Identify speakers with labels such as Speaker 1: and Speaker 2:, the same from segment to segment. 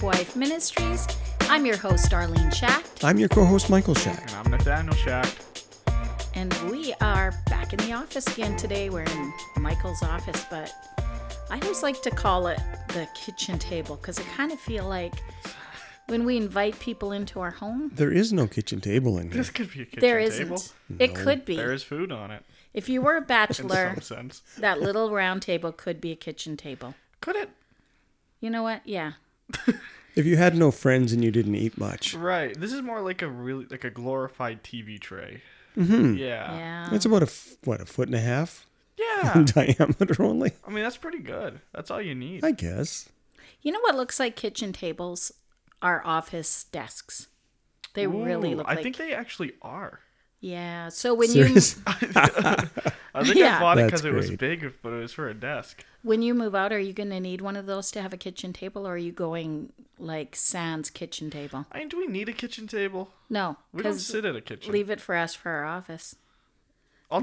Speaker 1: Life Ministries. I'm your host, Arlene Schacht,
Speaker 2: I'm your co host, Michael Shack.
Speaker 3: And I'm Nathaniel Schacht.
Speaker 1: and we are back in the office again today. We're in Michael's office, but I always like to call it the kitchen table because I kind of feel like when we invite people into our home,
Speaker 2: There is no kitchen table in here.
Speaker 3: This could be a kitchen
Speaker 1: there
Speaker 3: table.
Speaker 1: isn't. It could be.
Speaker 3: There is food on it
Speaker 1: If you were a
Speaker 3: in
Speaker 1: bachelor,
Speaker 3: some sense.
Speaker 1: that little round table could be a kitchen table.
Speaker 3: Could it?
Speaker 1: You know what? Yeah.
Speaker 2: If you had no friends and you didn't eat much,
Speaker 3: Right. This is more like a really like a glorified TV tray.
Speaker 2: Mm-hmm.
Speaker 3: Yeah.
Speaker 1: Yeah.
Speaker 2: that's about a f- what a foot and a half
Speaker 3: Yeah.
Speaker 2: in diameter only.
Speaker 3: I mean, that's pretty good. That's all you need.
Speaker 2: I guess
Speaker 1: You know what looks like kitchen tables are office desks. They really
Speaker 3: Ooh,
Speaker 1: look
Speaker 3: I
Speaker 1: like
Speaker 3: think they actually are.
Speaker 1: Yeah. So when
Speaker 2: Serious?
Speaker 3: I think
Speaker 1: Yeah.
Speaker 3: I bought it
Speaker 2: That's
Speaker 3: because it was
Speaker 2: great.
Speaker 3: big, but it was for a desk.
Speaker 1: you when you move out, are you going to need one of those to have a kitchen table, or are you going like sans kitchen table?
Speaker 3: I mean, do we need a kitchen table?
Speaker 1: No,
Speaker 3: We don't
Speaker 1: because
Speaker 3: sit at a kitchen.
Speaker 1: leave it for us for our office.
Speaker 3: I'll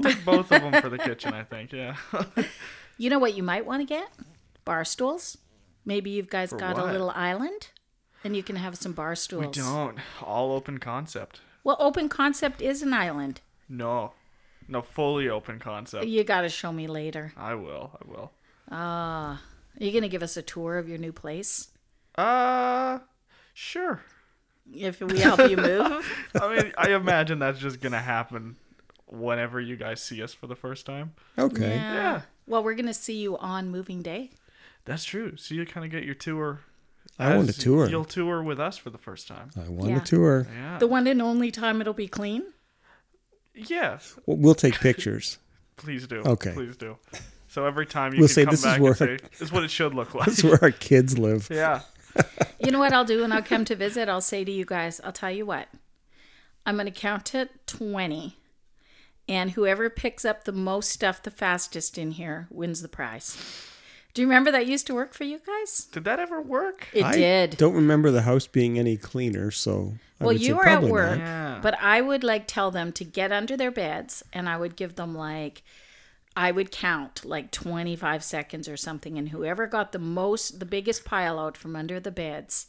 Speaker 3: take both of them for the kitchen. I think. Yeah.
Speaker 1: You know what you might want to get? Bar stools. Maybe you've guys got a
Speaker 3: what?
Speaker 1: little island, and you can have some bar
Speaker 3: we
Speaker 1: stools.
Speaker 3: don't. All open concept.
Speaker 1: Well, open concept is an island.
Speaker 3: No. No, fully open concept.
Speaker 1: You got to show me later.
Speaker 3: I will. I will.
Speaker 1: Are you going to give us a tour of your new place
Speaker 3: Uh, sure.
Speaker 1: if we help you move?
Speaker 3: I mean, I imagine that's just gonna happen whenever you guys see us for the first time.
Speaker 2: okay.
Speaker 3: Yeah.
Speaker 1: Well, we're going to see you on moving day.
Speaker 3: That's true. So you kind of get your tour.
Speaker 2: I want a
Speaker 3: as
Speaker 2: tour. Oh.
Speaker 3: You'll tour with us for the first time.
Speaker 2: I want
Speaker 1: Yeah.
Speaker 2: a tour.
Speaker 3: Yeah.
Speaker 1: The one and only time it'll be clean.
Speaker 3: Yeah.
Speaker 2: Well, we'll take pictures.
Speaker 3: Please do.
Speaker 2: Okay.
Speaker 3: Please do. So every time you
Speaker 2: We'll
Speaker 3: can
Speaker 2: say,
Speaker 3: come
Speaker 2: "This is
Speaker 3: back
Speaker 2: where-
Speaker 3: and say, "This is what it should look like."
Speaker 2: That's where our kids live.
Speaker 3: yeah.
Speaker 1: You know what I'll do when I come to visit? I'll say to you guys, I'll tell you what. I'm going to count to 20. And whoever picks up the most stuff the fastest in here wins the prize. Do you remember that used to work for you guys?
Speaker 3: Did that ever work?
Speaker 1: It
Speaker 2: I
Speaker 1: did.
Speaker 2: don't remember the house being any cleaner, so I
Speaker 1: well,
Speaker 2: would say
Speaker 1: you were at
Speaker 2: probably not.
Speaker 1: work,
Speaker 3: Yeah.
Speaker 1: but I would like tell them to get under their beds and I would give them like I would count like 25 seconds or something and whoever got the most the biggest pile out from under the beds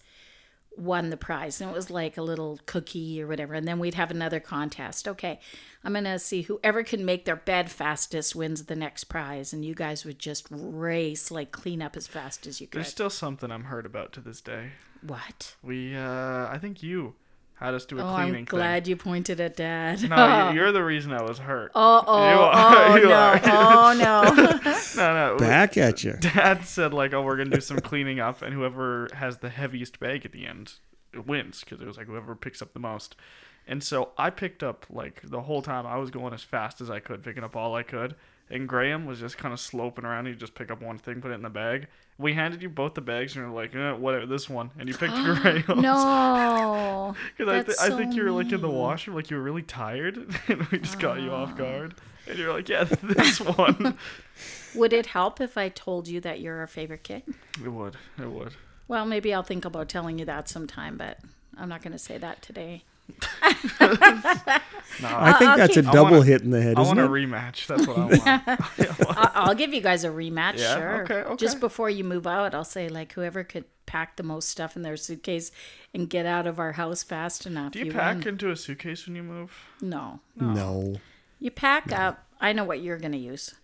Speaker 1: won the prize and it was like a little cookie or whatever and then we'd have another contest. Okay. I'm going to see whoever can make their bed fastest wins the next prize and you guys would just race like clean up as fast as you could.
Speaker 3: There's still something I'm hurt about to this day.
Speaker 1: what?
Speaker 3: We, uh, I think you had us do a
Speaker 1: Oh,
Speaker 3: cleaning
Speaker 1: I'm glad you pointed at dad.
Speaker 3: thing. No, you- you're the reason I was hurt.
Speaker 1: Oh, oh,
Speaker 3: You are-
Speaker 1: oh,
Speaker 3: you
Speaker 1: no.
Speaker 3: are.
Speaker 1: Oh, no.
Speaker 3: no, no. we-
Speaker 2: Back at you.
Speaker 3: Dad said like, "Oh, we're gonna do some cleaning up, and whoever has the heaviest bag at the end wins." Because it was like whoever picks up the most. And so I picked up like the whole time I was going as fast as I could, picking up all I could. And Graham was just kind of sloping around. He'd just pick up one thing, put it in the bag. We handed you both the bags, and you're like, eh, "Whatever, this one." And you picked Graham's.
Speaker 1: no.
Speaker 3: Because I, th-
Speaker 1: That's
Speaker 3: I
Speaker 1: so
Speaker 3: think you were like in the washroom, like you were really tired, and we just got you
Speaker 1: Ah.
Speaker 3: off guard. And you're like, yeah, this one.
Speaker 1: Would it help if I told you that you're our favorite kid?
Speaker 3: it would. It would.
Speaker 1: Well, maybe I'll think about telling you that sometime, but I'm not going to say that today.
Speaker 2: I think that's a
Speaker 1: okay.
Speaker 3: I
Speaker 2: double
Speaker 3: wanna-
Speaker 2: hit in the head,
Speaker 3: I
Speaker 2: isn't
Speaker 3: want a
Speaker 2: it?
Speaker 3: rematch. That's what I want.
Speaker 1: I- I'll give you guys a rematch,
Speaker 3: Yeah,
Speaker 1: sure.
Speaker 3: okay, okay.
Speaker 1: Just before you move out, I'll say, like, whoever could pack the most stuff in their suitcase and get out of our house fast enough.
Speaker 3: Do you,
Speaker 1: win.
Speaker 3: pack into a suitcase when you move?
Speaker 1: No.
Speaker 3: oh.
Speaker 2: no.
Speaker 1: You pack up. I know what you're going to use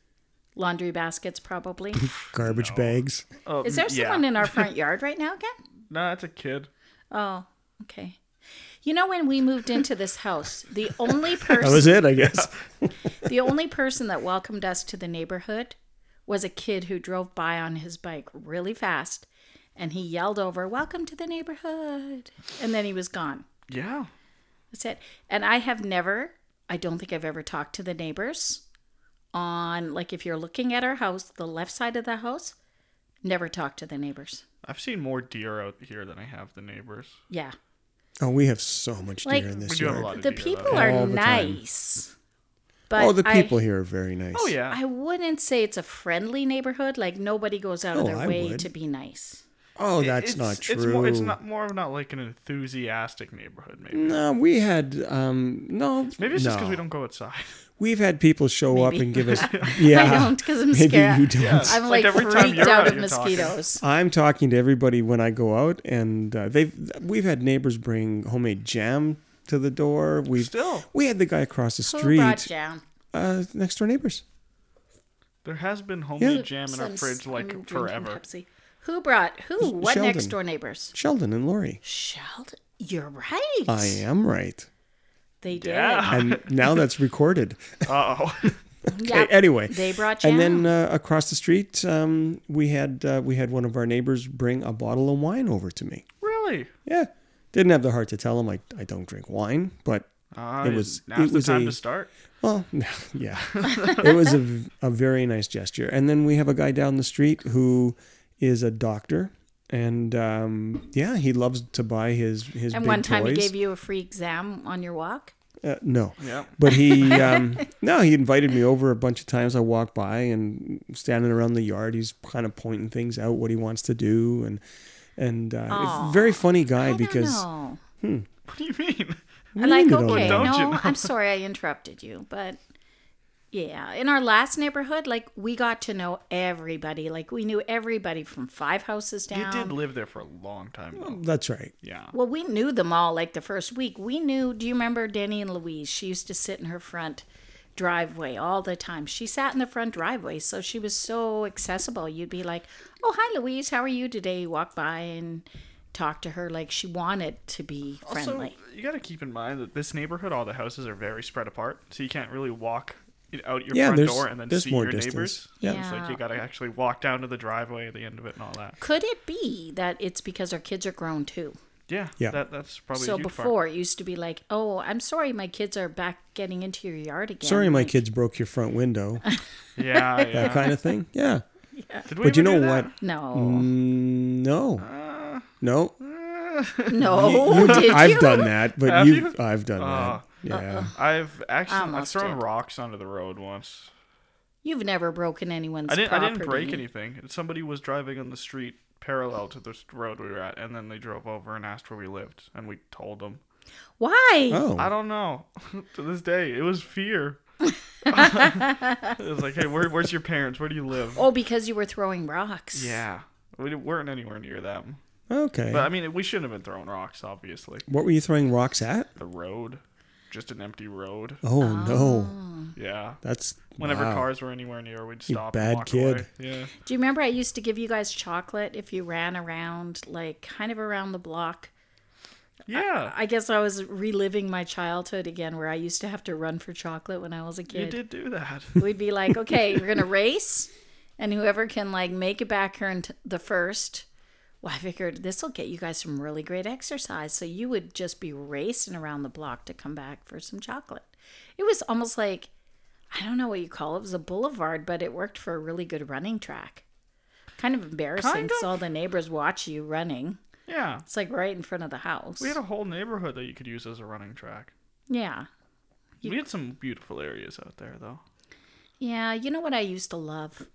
Speaker 1: laundry baskets, probably.
Speaker 2: Garbage bags.
Speaker 3: Um,
Speaker 1: Is there
Speaker 3: yeah.
Speaker 1: someone in our front yard right now again?
Speaker 3: No, it's a kid.
Speaker 1: Oh, okay. You know when we moved into this house, the only
Speaker 2: That
Speaker 1: person
Speaker 2: was it, I guess.
Speaker 1: the only person that welcomed us to the neighborhood was a kid who drove by on his bike really fast and he yelled over, "Welcome to the neighborhood." And then he was gone.
Speaker 3: Yeah.
Speaker 1: That's it. And I have never, I don't think I've ever talked to the neighbors on like if you're looking at our house, the left side of the house, never talk to the neighbors.
Speaker 3: I've seen more deer out here than I have the neighbors.
Speaker 1: Yeah.
Speaker 2: Oh, we have so much deer
Speaker 1: Like-
Speaker 2: in
Speaker 3: We
Speaker 2: this
Speaker 3: do have a
Speaker 2: yard.
Speaker 3: lot of
Speaker 1: The
Speaker 3: deer.
Speaker 1: people
Speaker 3: though.
Speaker 1: are
Speaker 2: All the time.
Speaker 1: nice. But
Speaker 2: oh, the
Speaker 1: I-
Speaker 2: people here are very nice.
Speaker 3: Oh yeah.
Speaker 1: I wouldn't say it's a friendly neighborhood. Like nobody goes out of
Speaker 2: Oh,
Speaker 1: their
Speaker 2: I
Speaker 1: way
Speaker 2: would.
Speaker 1: to be nice.
Speaker 2: Oh, that's
Speaker 3: It's-
Speaker 2: not true.
Speaker 3: It's more, it's not more of not like an enthusiastic neighborhood. Maybe.
Speaker 2: No, we had um no.
Speaker 3: Maybe it's
Speaker 2: no.
Speaker 3: just because we don't go outside.
Speaker 2: We've had people show up
Speaker 1: Maybe.
Speaker 2: and give us. Yeah,
Speaker 1: I don't because I'm
Speaker 2: maybe
Speaker 1: scared.
Speaker 2: you don't.
Speaker 1: I'm like,
Speaker 3: Like, every time
Speaker 1: freaked
Speaker 3: you're
Speaker 1: out
Speaker 3: out,
Speaker 1: of
Speaker 3: you're talking.
Speaker 1: mosquitoes.
Speaker 2: I'm talking to everybody when I go out, and uh, they've we've had neighbors bring homemade jam to the door. We've
Speaker 3: Still.
Speaker 2: we had the guy across the
Speaker 1: Who brought
Speaker 2: street,
Speaker 1: jam?
Speaker 2: uh, next door neighbors.
Speaker 3: There has been homemade
Speaker 2: Yeah.
Speaker 3: jam in
Speaker 1: So
Speaker 3: our
Speaker 1: I'm s-
Speaker 3: fridge
Speaker 1: I'm
Speaker 3: like
Speaker 1: drinking
Speaker 3: forever.
Speaker 1: Pepsi. Who brought who? What
Speaker 2: Sheldon.
Speaker 1: next door neighbors?
Speaker 2: Sheldon and Lori.
Speaker 1: Sheldon. You're right.
Speaker 2: I am right,
Speaker 1: They did.
Speaker 3: Yeah.
Speaker 2: and now that's recorded.
Speaker 3: Uh oh.
Speaker 1: Yep.
Speaker 2: A- anyway,
Speaker 1: They brought jam.
Speaker 2: and then uh, across the street, um, we had uh, we had one of our neighbors bring a bottle of wine over to me.
Speaker 3: really?
Speaker 2: Yeah, didn't have the heart to tell him I, I don't drink wine, but
Speaker 3: Uh,
Speaker 2: It was-
Speaker 3: now's
Speaker 2: it was
Speaker 3: the time
Speaker 2: a-
Speaker 3: to start.
Speaker 2: Well, no, yeah. it was a, v- a very nice gesture. And then we have a guy down the street who is a doctor. And um, yeah, he loves to buy his his
Speaker 1: and
Speaker 2: big
Speaker 1: one time
Speaker 2: toys.
Speaker 1: he gave you a free exam on your walk.
Speaker 2: uh, no,
Speaker 3: Yeah.
Speaker 2: but he um, no, he invited me over a bunch of times. I walked by and standing around the yard, he's kind of pointing things out what he wants to do, and and uh,
Speaker 1: Aw,
Speaker 2: very funny guy
Speaker 1: I
Speaker 2: because
Speaker 1: don't know.
Speaker 3: What do you mean?
Speaker 2: What do
Speaker 1: I
Speaker 2: you
Speaker 1: like
Speaker 2: mean you don't
Speaker 1: okay,
Speaker 2: know?
Speaker 3: Don't you
Speaker 1: no,
Speaker 3: know?
Speaker 1: I'm sorry I interrupted you, but yeah, in our last neighborhood, like we got to know everybody. Like we knew everybody from five houses down.
Speaker 3: You did live there for a long time though.
Speaker 2: that's right.
Speaker 3: Yeah.
Speaker 1: Well, we knew them all like the first week. We knew, do you remember Denny and Louise? She used to sit in her front driveway all the time. She sat in the front driveway, so she was so accessible. You'd be like, oh, hi, Louise. How are you today? You walk by and talk to her like she wanted to be friendly.
Speaker 3: Also, you got to keep in mind that this neighborhood, all the houses are very spread apart, so you can't really walk it out your
Speaker 2: Yeah,
Speaker 3: front
Speaker 2: there's-
Speaker 3: door and then
Speaker 2: there's
Speaker 3: see
Speaker 2: more
Speaker 3: your
Speaker 2: distance.
Speaker 3: neighbors.
Speaker 2: Yeah.
Speaker 3: It's like you
Speaker 1: Yeah.
Speaker 3: got to actually walk down to the driveway at the end of it and all that.
Speaker 1: Could it be that it's because our kids are grown too?
Speaker 3: Yeah.
Speaker 2: Yeah.
Speaker 3: That, that's probably a
Speaker 1: So
Speaker 3: huge part.
Speaker 1: before it used to be like, oh, I'm sorry, my kids are back getting into your yard again.
Speaker 2: Sorry, my
Speaker 1: Like,
Speaker 2: kids broke your front window,
Speaker 3: Yeah.
Speaker 2: that
Speaker 3: Yeah.
Speaker 2: kind of thing. Yeah,
Speaker 3: Did we
Speaker 2: but you
Speaker 3: ever
Speaker 2: know
Speaker 3: do that? Uh.
Speaker 2: what?
Speaker 1: No,
Speaker 2: Mm, no, no.
Speaker 1: no, did you?
Speaker 2: I've done that, but
Speaker 3: Have
Speaker 2: you,
Speaker 3: you?
Speaker 2: I've done
Speaker 3: Oh.
Speaker 2: that. Yeah.
Speaker 3: I've actually I've
Speaker 1: Almost
Speaker 3: thrown
Speaker 1: did.
Speaker 3: rocks onto the road once.
Speaker 1: You've never broken anyone's
Speaker 3: I didn't
Speaker 1: property.
Speaker 3: I didn't break anything. Somebody was driving on the street parallel to the road we were at, and then they drove over and asked where we lived, and we told them.
Speaker 1: Why?
Speaker 2: Oh,
Speaker 3: I don't know. to this day, it was fear. it was like, hey, where, where's your parents? Where do you live?
Speaker 1: Oh, because you were throwing rocks.
Speaker 3: Yeah, we weren't anywhere near them.
Speaker 2: okay.
Speaker 3: But I mean, we shouldn't have been throwing rocks. Obviously,
Speaker 2: what were you throwing rocks at?
Speaker 3: the road, just an empty road.
Speaker 2: Oh, no,
Speaker 3: Yeah.
Speaker 2: that's
Speaker 3: Whenever
Speaker 2: wow.
Speaker 3: cars were anywhere near, we'd stop.
Speaker 2: bad
Speaker 3: and walk
Speaker 2: kid.
Speaker 3: Away. Yeah.
Speaker 1: Do you remember I used to give you guys chocolate if you ran around, like kind of around the block?
Speaker 3: Yeah.
Speaker 1: I guess I was reliving my childhood again, where I used to have to run for chocolate when I was a kid.
Speaker 3: you did do that.
Speaker 1: We'd be like, okay, we're gonna race, and whoever can like make it back here in t- the first. Well, I figured this will get you guys some really great exercise. So you would just be racing around the block to come back for some chocolate. It was almost like I don't know what you call it. It was a boulevard, but it worked for a really good running track. Kind of embarrassing
Speaker 3: Kind
Speaker 1: because all the neighbors watch you running.
Speaker 3: Yeah.
Speaker 1: It's like right in front of the house.
Speaker 3: We had a whole neighborhood that you could use as a running track.
Speaker 1: yeah.
Speaker 3: We had some beautiful areas out there, though.
Speaker 1: Yeah, you know what I used to love?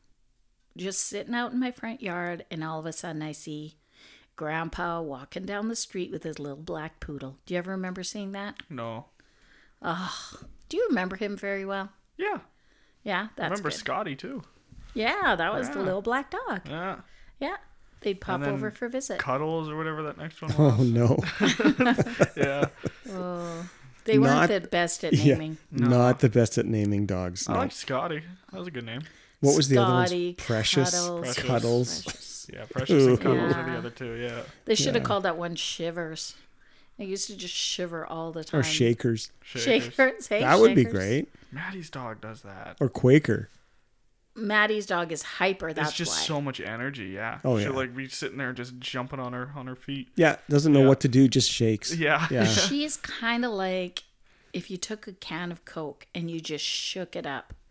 Speaker 1: Just sitting out in my front yard, and all of a sudden I see Grandpa walking down the street with his little black poodle. Do you ever remember seeing that?
Speaker 3: No.
Speaker 1: Do you remember him very well?
Speaker 3: Yeah.
Speaker 1: Yeah,
Speaker 3: I
Speaker 1: that's
Speaker 3: remember
Speaker 1: good.
Speaker 3: Scotty, too.
Speaker 1: yeah, that was the
Speaker 3: Yeah.
Speaker 1: little black dog.
Speaker 3: Yeah.
Speaker 1: Yeah, they'd pop
Speaker 3: then
Speaker 1: over for a visit.
Speaker 3: Cuddles or whatever that next one
Speaker 2: Oh
Speaker 3: was.
Speaker 2: no,
Speaker 3: yeah.
Speaker 1: oh, they weren't
Speaker 2: Not-
Speaker 1: the best at
Speaker 2: Yeah.
Speaker 1: naming.
Speaker 2: not the best at naming dogs.
Speaker 3: I
Speaker 2: No.
Speaker 3: Oh, like Scotty. That was a good name.
Speaker 2: What was the other
Speaker 1: Scotty,
Speaker 2: one? Precious,
Speaker 1: Cuddles.
Speaker 2: cuddles.
Speaker 1: Precious.
Speaker 3: Yeah, Precious and
Speaker 2: Ooh.
Speaker 3: Cuddles are
Speaker 1: Yeah.
Speaker 3: the other two. Yeah.
Speaker 1: They should have
Speaker 2: Yeah.
Speaker 1: called that one Shivers. They used to just shiver all the time.
Speaker 2: or Shakers.
Speaker 1: Shakers.
Speaker 3: Shakers.
Speaker 1: Hey,
Speaker 2: that would be
Speaker 1: Shakers.
Speaker 2: great.
Speaker 3: Maddie's dog does that.
Speaker 2: Or Quaker.
Speaker 1: Maddie's dog is hyper. That's
Speaker 3: It's just
Speaker 1: why.
Speaker 3: so much energy. Yeah.
Speaker 2: Oh,
Speaker 3: She'll
Speaker 2: yeah.
Speaker 3: like be sitting there just jumping on her on her feet.
Speaker 2: Yeah, doesn't know
Speaker 3: Yeah.
Speaker 2: what to do, just shakes.
Speaker 3: Yeah.
Speaker 2: Yeah.
Speaker 1: She's kind of like if you took a can of Coke and you just shook it up.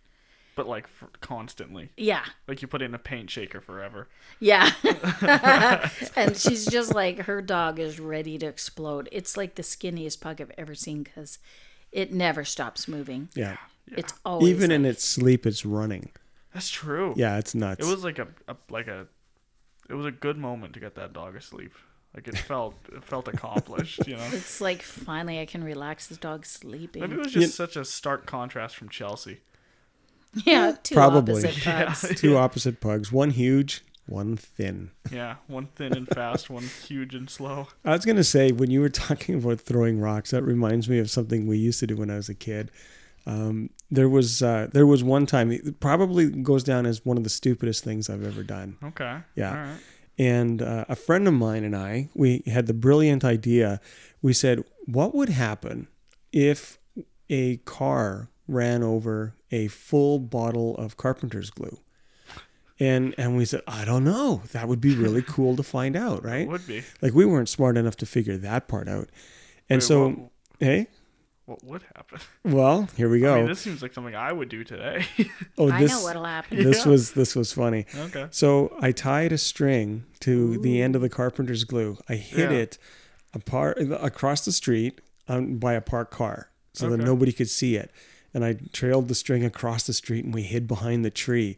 Speaker 3: But like f constantly.
Speaker 1: Yeah,
Speaker 3: Like you put it in a paint shaker forever.
Speaker 1: yeah. and she's just like her dog is ready to explode. It's like the skinniest pug I've ever seen because it never stops moving.
Speaker 2: Yeah.
Speaker 1: It's always
Speaker 2: Even in its sleep, it's running.
Speaker 3: That's true.
Speaker 2: Yeah, it's nuts.
Speaker 3: It was like a, a like a it was a good moment to get that dog asleep. Like it felt it felt accomplished, you know.
Speaker 1: It's like finally I can relax. This dog's
Speaker 3: Maybe
Speaker 1: sleeping.
Speaker 3: it was
Speaker 2: You-
Speaker 3: just such a stark contrast from Chelsea.
Speaker 1: Yeah, two
Speaker 2: Probably.
Speaker 1: opposite pugs.
Speaker 2: Two opposite pugs, one huge, one thin.
Speaker 3: Yeah, one thin and fast, one huge and slow.
Speaker 2: I was going to say, when you were talking about throwing rocks, that reminds me of something we used to do when I was a kid. Um, there was uh, there was one time, it probably goes down as one of the stupidest things I've ever done.
Speaker 3: Okay.
Speaker 2: Yeah.
Speaker 3: All right.
Speaker 2: And uh, a friend of mine and I, we had the brilliant idea. We said, what would happen if a car ran over a full bottle of carpenter's glue? And and we said, I don't know. That would be really cool to find out, right?
Speaker 3: Would be.
Speaker 2: Like we weren't smart enough to figure that part out. And
Speaker 3: Wait,
Speaker 2: so,
Speaker 3: what-
Speaker 2: hey,
Speaker 3: What would happen?
Speaker 2: well, here we go.
Speaker 3: I mean, this seems like something I would do today.
Speaker 2: oh,
Speaker 1: I
Speaker 2: this
Speaker 1: know what'll happen.
Speaker 2: this
Speaker 3: Yeah.
Speaker 2: was this was funny.
Speaker 3: okay.
Speaker 2: So I tied a string to the end of the carpenter's glue. I hid
Speaker 3: Yeah.
Speaker 2: it apart across the street um, by a parked car, so that
Speaker 3: Okay.
Speaker 2: nobody could see it. And I trailed the string across the street, and we hid behind the tree.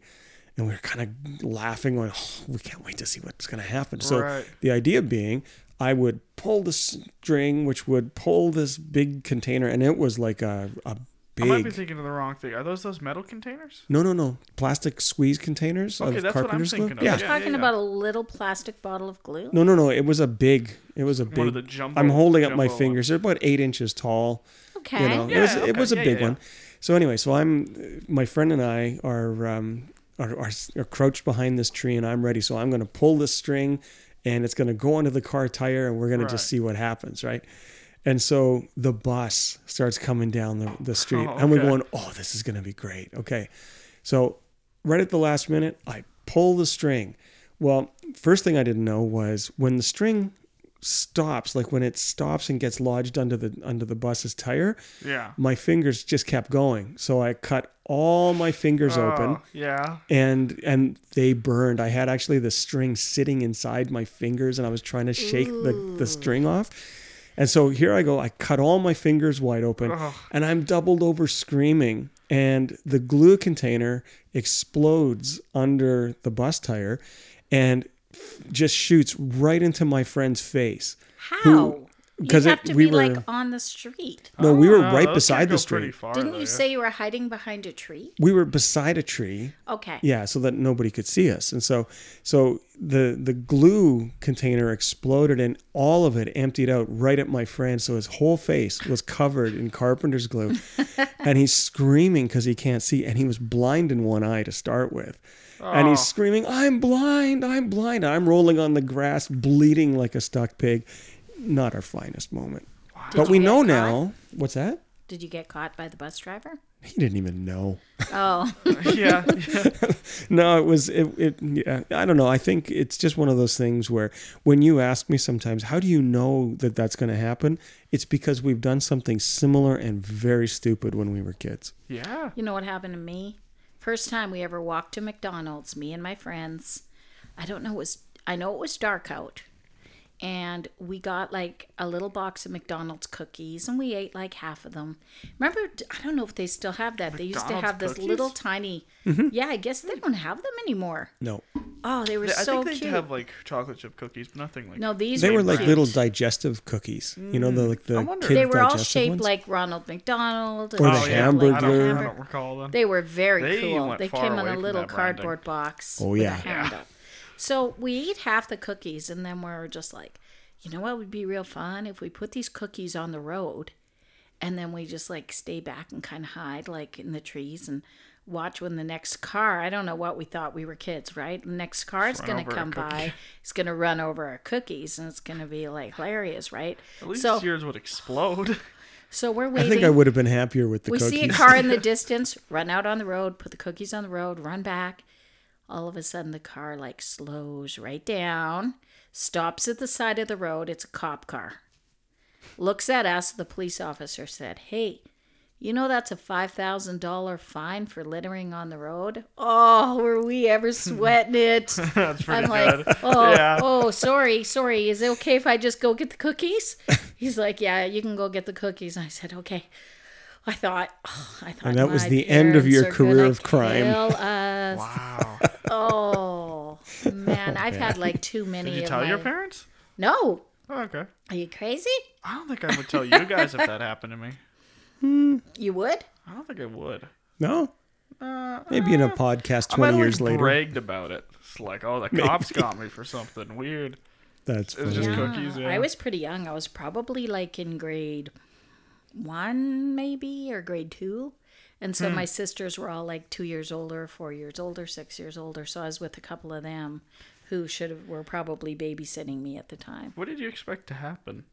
Speaker 2: And we were kind of laughing, going, oh, "We can't wait to see what's going to happen." So
Speaker 3: Right.
Speaker 2: the idea being, I would pull the string, which would pull this big container, and it was like a a
Speaker 3: I might be
Speaker 2: big.
Speaker 3: thinking of the wrong thing. Are those those metal containers?
Speaker 2: No, no, no! Plastic squeeze containers
Speaker 3: Okay,
Speaker 2: of
Speaker 3: that's what I'm
Speaker 2: carpenter's glue.
Speaker 3: thinking of.
Speaker 2: Yeah,
Speaker 3: Yeah.
Speaker 1: Talking about a little plastic bottle of glue.
Speaker 2: No, no, no. It was a big. It was a big.
Speaker 3: One of the jumbo-
Speaker 2: I'm holding up my
Speaker 3: jumbo
Speaker 2: fingers. They're about eight inches tall.
Speaker 1: Okay.
Speaker 2: You know, it was
Speaker 3: Yeah,
Speaker 2: it was a
Speaker 3: okay. Yeah,
Speaker 2: big
Speaker 3: yeah,
Speaker 2: one. So anyway, so I'm my friend and I are um are, are, s- are crouched behind this tree, and I'm ready. So I'm going to pull this string, and it's going to go onto the car tire, and we're going to just
Speaker 3: Right.
Speaker 2: see what happens, right? And so the bus starts coming down the, the street,
Speaker 3: Oh,
Speaker 2: and we're
Speaker 3: okay.
Speaker 2: going, "Oh, this is going to be great." Okay, so right at the last minute, I pull the string. Well, first thing I didn't know was when the string stops, like when it stops and gets lodged under the under the bus's tire,
Speaker 3: Yeah.
Speaker 2: my fingers just kept going. So I cut all my fingers open
Speaker 3: Oh, yeah.
Speaker 2: and and they burned. I had actually the string sitting inside my fingers and I was trying to shake the, the string off. And so here I go, I cut all my fingers wide open
Speaker 3: Ugh.
Speaker 2: and I'm doubled over screaming. And the glue container explodes under the bus tire and f- just shoots right into my friend's face.
Speaker 1: How?
Speaker 2: Who-
Speaker 1: you
Speaker 2: 'cause
Speaker 1: have
Speaker 2: it-
Speaker 1: to
Speaker 2: we
Speaker 1: be
Speaker 2: were-
Speaker 1: like on the street.
Speaker 2: No, we were
Speaker 3: Oh, those
Speaker 2: right
Speaker 3: can
Speaker 2: beside
Speaker 3: go
Speaker 2: the
Speaker 3: pretty
Speaker 2: street.
Speaker 3: far,
Speaker 1: Didn't
Speaker 3: though,
Speaker 1: you
Speaker 3: yeah.
Speaker 1: say you were hiding behind a tree?
Speaker 2: we were beside a tree
Speaker 1: Okay.
Speaker 2: yeah so that nobody could see us and so so the the glue container exploded and all of it emptied out right at my friend so his whole face was covered in carpenter's glue and he's screaming because he can't see and he was blind in one eye to start with and he's screaming i'm blind i'm blind i'm rolling on the grass bleeding like a stuck pig not our finest moment
Speaker 1: Did
Speaker 2: but
Speaker 1: you
Speaker 2: we
Speaker 1: get
Speaker 2: know
Speaker 1: caught?
Speaker 2: now what's that
Speaker 1: Did you get caught by the bus driver?
Speaker 2: he didn't even know
Speaker 1: Oh,
Speaker 3: yeah. yeah.
Speaker 2: No, it was it, it yeah, I don't know. I think it's just one of those things where when you ask me sometimes, how do you know that that's going to happen? It's because we've done something similar and very stupid when we were kids.
Speaker 3: Yeah.
Speaker 1: you know what happened to me? First time we ever walked to McDonald's, me and my friends. I don't know. It was I know it was dark out, and we got like a little box of McDonald's cookies, and we ate like half of them. Remember, I don't know if they still have that. they used to
Speaker 3: McDonald's
Speaker 1: have this
Speaker 3: cookies?
Speaker 1: little tiny.
Speaker 2: Mm-hmm.
Speaker 1: Yeah, I guess they don't have them anymore.
Speaker 2: No.
Speaker 1: Oh, they were
Speaker 3: I
Speaker 1: so
Speaker 3: think they
Speaker 1: cute.
Speaker 3: have like chocolate chip cookies, but nothing like
Speaker 1: no, these
Speaker 2: They were like
Speaker 1: cute.
Speaker 2: little digestive cookies. You know, the like the
Speaker 3: wonder-
Speaker 2: kid
Speaker 1: They were all
Speaker 2: digestive
Speaker 1: shaped
Speaker 2: ones?
Speaker 1: like Ronald McDonald and
Speaker 2: Or
Speaker 1: they
Speaker 2: the
Speaker 1: had,
Speaker 2: hamburger.
Speaker 3: Oh, I
Speaker 1: Like,
Speaker 3: don't,
Speaker 1: hamburger.
Speaker 3: I don't recall them.
Speaker 1: They were very
Speaker 3: They
Speaker 1: cool.
Speaker 3: went
Speaker 1: They
Speaker 3: far
Speaker 1: came in
Speaker 3: away
Speaker 1: a
Speaker 3: from
Speaker 1: little
Speaker 3: that branding.
Speaker 1: cardboard box
Speaker 2: Oh,
Speaker 1: with a
Speaker 2: yeah.
Speaker 1: handle. So we ate half the cookies, and then we were just like, you know what would be real fun if we put these cookies on the road, and then we just like stay back and kind of hide like in the trees and watch when the next car. I don't know what we thought we were kids, right? The next car is
Speaker 3: Run
Speaker 1: going
Speaker 3: over
Speaker 1: to
Speaker 3: a
Speaker 1: come
Speaker 3: cookie.
Speaker 1: by. It's going to run over our cookies, and it's going to be like hilarious, right?
Speaker 3: At least
Speaker 1: so
Speaker 3: yours would explode.
Speaker 1: so we're
Speaker 2: I
Speaker 1: waiting.
Speaker 2: think I would have been happier with the
Speaker 1: We
Speaker 2: cookies.
Speaker 1: see a car in the distance, run out on the road, put the cookies on the road, run back. All of a sudden, the car like slows right down, stops at the side of the road. It's a cop car. Looks at us. The police officer said, Hey, you know that's a $5,000 fine for littering on the road? Oh, were we ever sweating it?
Speaker 3: That's pretty
Speaker 1: I'm like,
Speaker 3: good.
Speaker 1: oh,
Speaker 3: Yeah.
Speaker 1: oh, sorry, sorry. Is it okay if I just go get the cookies? He's like, yeah, you can go get the cookies. And I said, okay. I thought, oh, I thought,
Speaker 2: And that was
Speaker 1: my
Speaker 2: the end of
Speaker 1: parents
Speaker 2: your
Speaker 1: are
Speaker 2: career
Speaker 1: gonna
Speaker 2: of crime.
Speaker 1: kill us. Oh
Speaker 3: Wow.
Speaker 1: man, I've had like too many.
Speaker 3: Did you
Speaker 1: of
Speaker 3: tell
Speaker 1: my-
Speaker 3: your parents?
Speaker 1: No.
Speaker 3: Oh, okay.
Speaker 1: Are you crazy?
Speaker 3: I don't think I would tell you guys if that happened to me.
Speaker 1: You would?
Speaker 3: I don't think I would.
Speaker 2: No,
Speaker 3: Uh,
Speaker 2: maybe in a podcast twenty
Speaker 3: I might,
Speaker 2: years
Speaker 3: like,
Speaker 2: later.
Speaker 3: bragged about it. It's like, oh, the cops got me for something weird.
Speaker 2: That's
Speaker 3: It was
Speaker 2: funny.
Speaker 3: just cookies. Yeah.
Speaker 1: Uh, I was pretty young. I was probably like in grade one, maybe, or grade two. And
Speaker 2: Hmm.
Speaker 1: so my sisters were all like two years older, four years older, six years older. So I was with a couple of them who should have were probably babysitting me at the time.
Speaker 3: What did you expect to happen?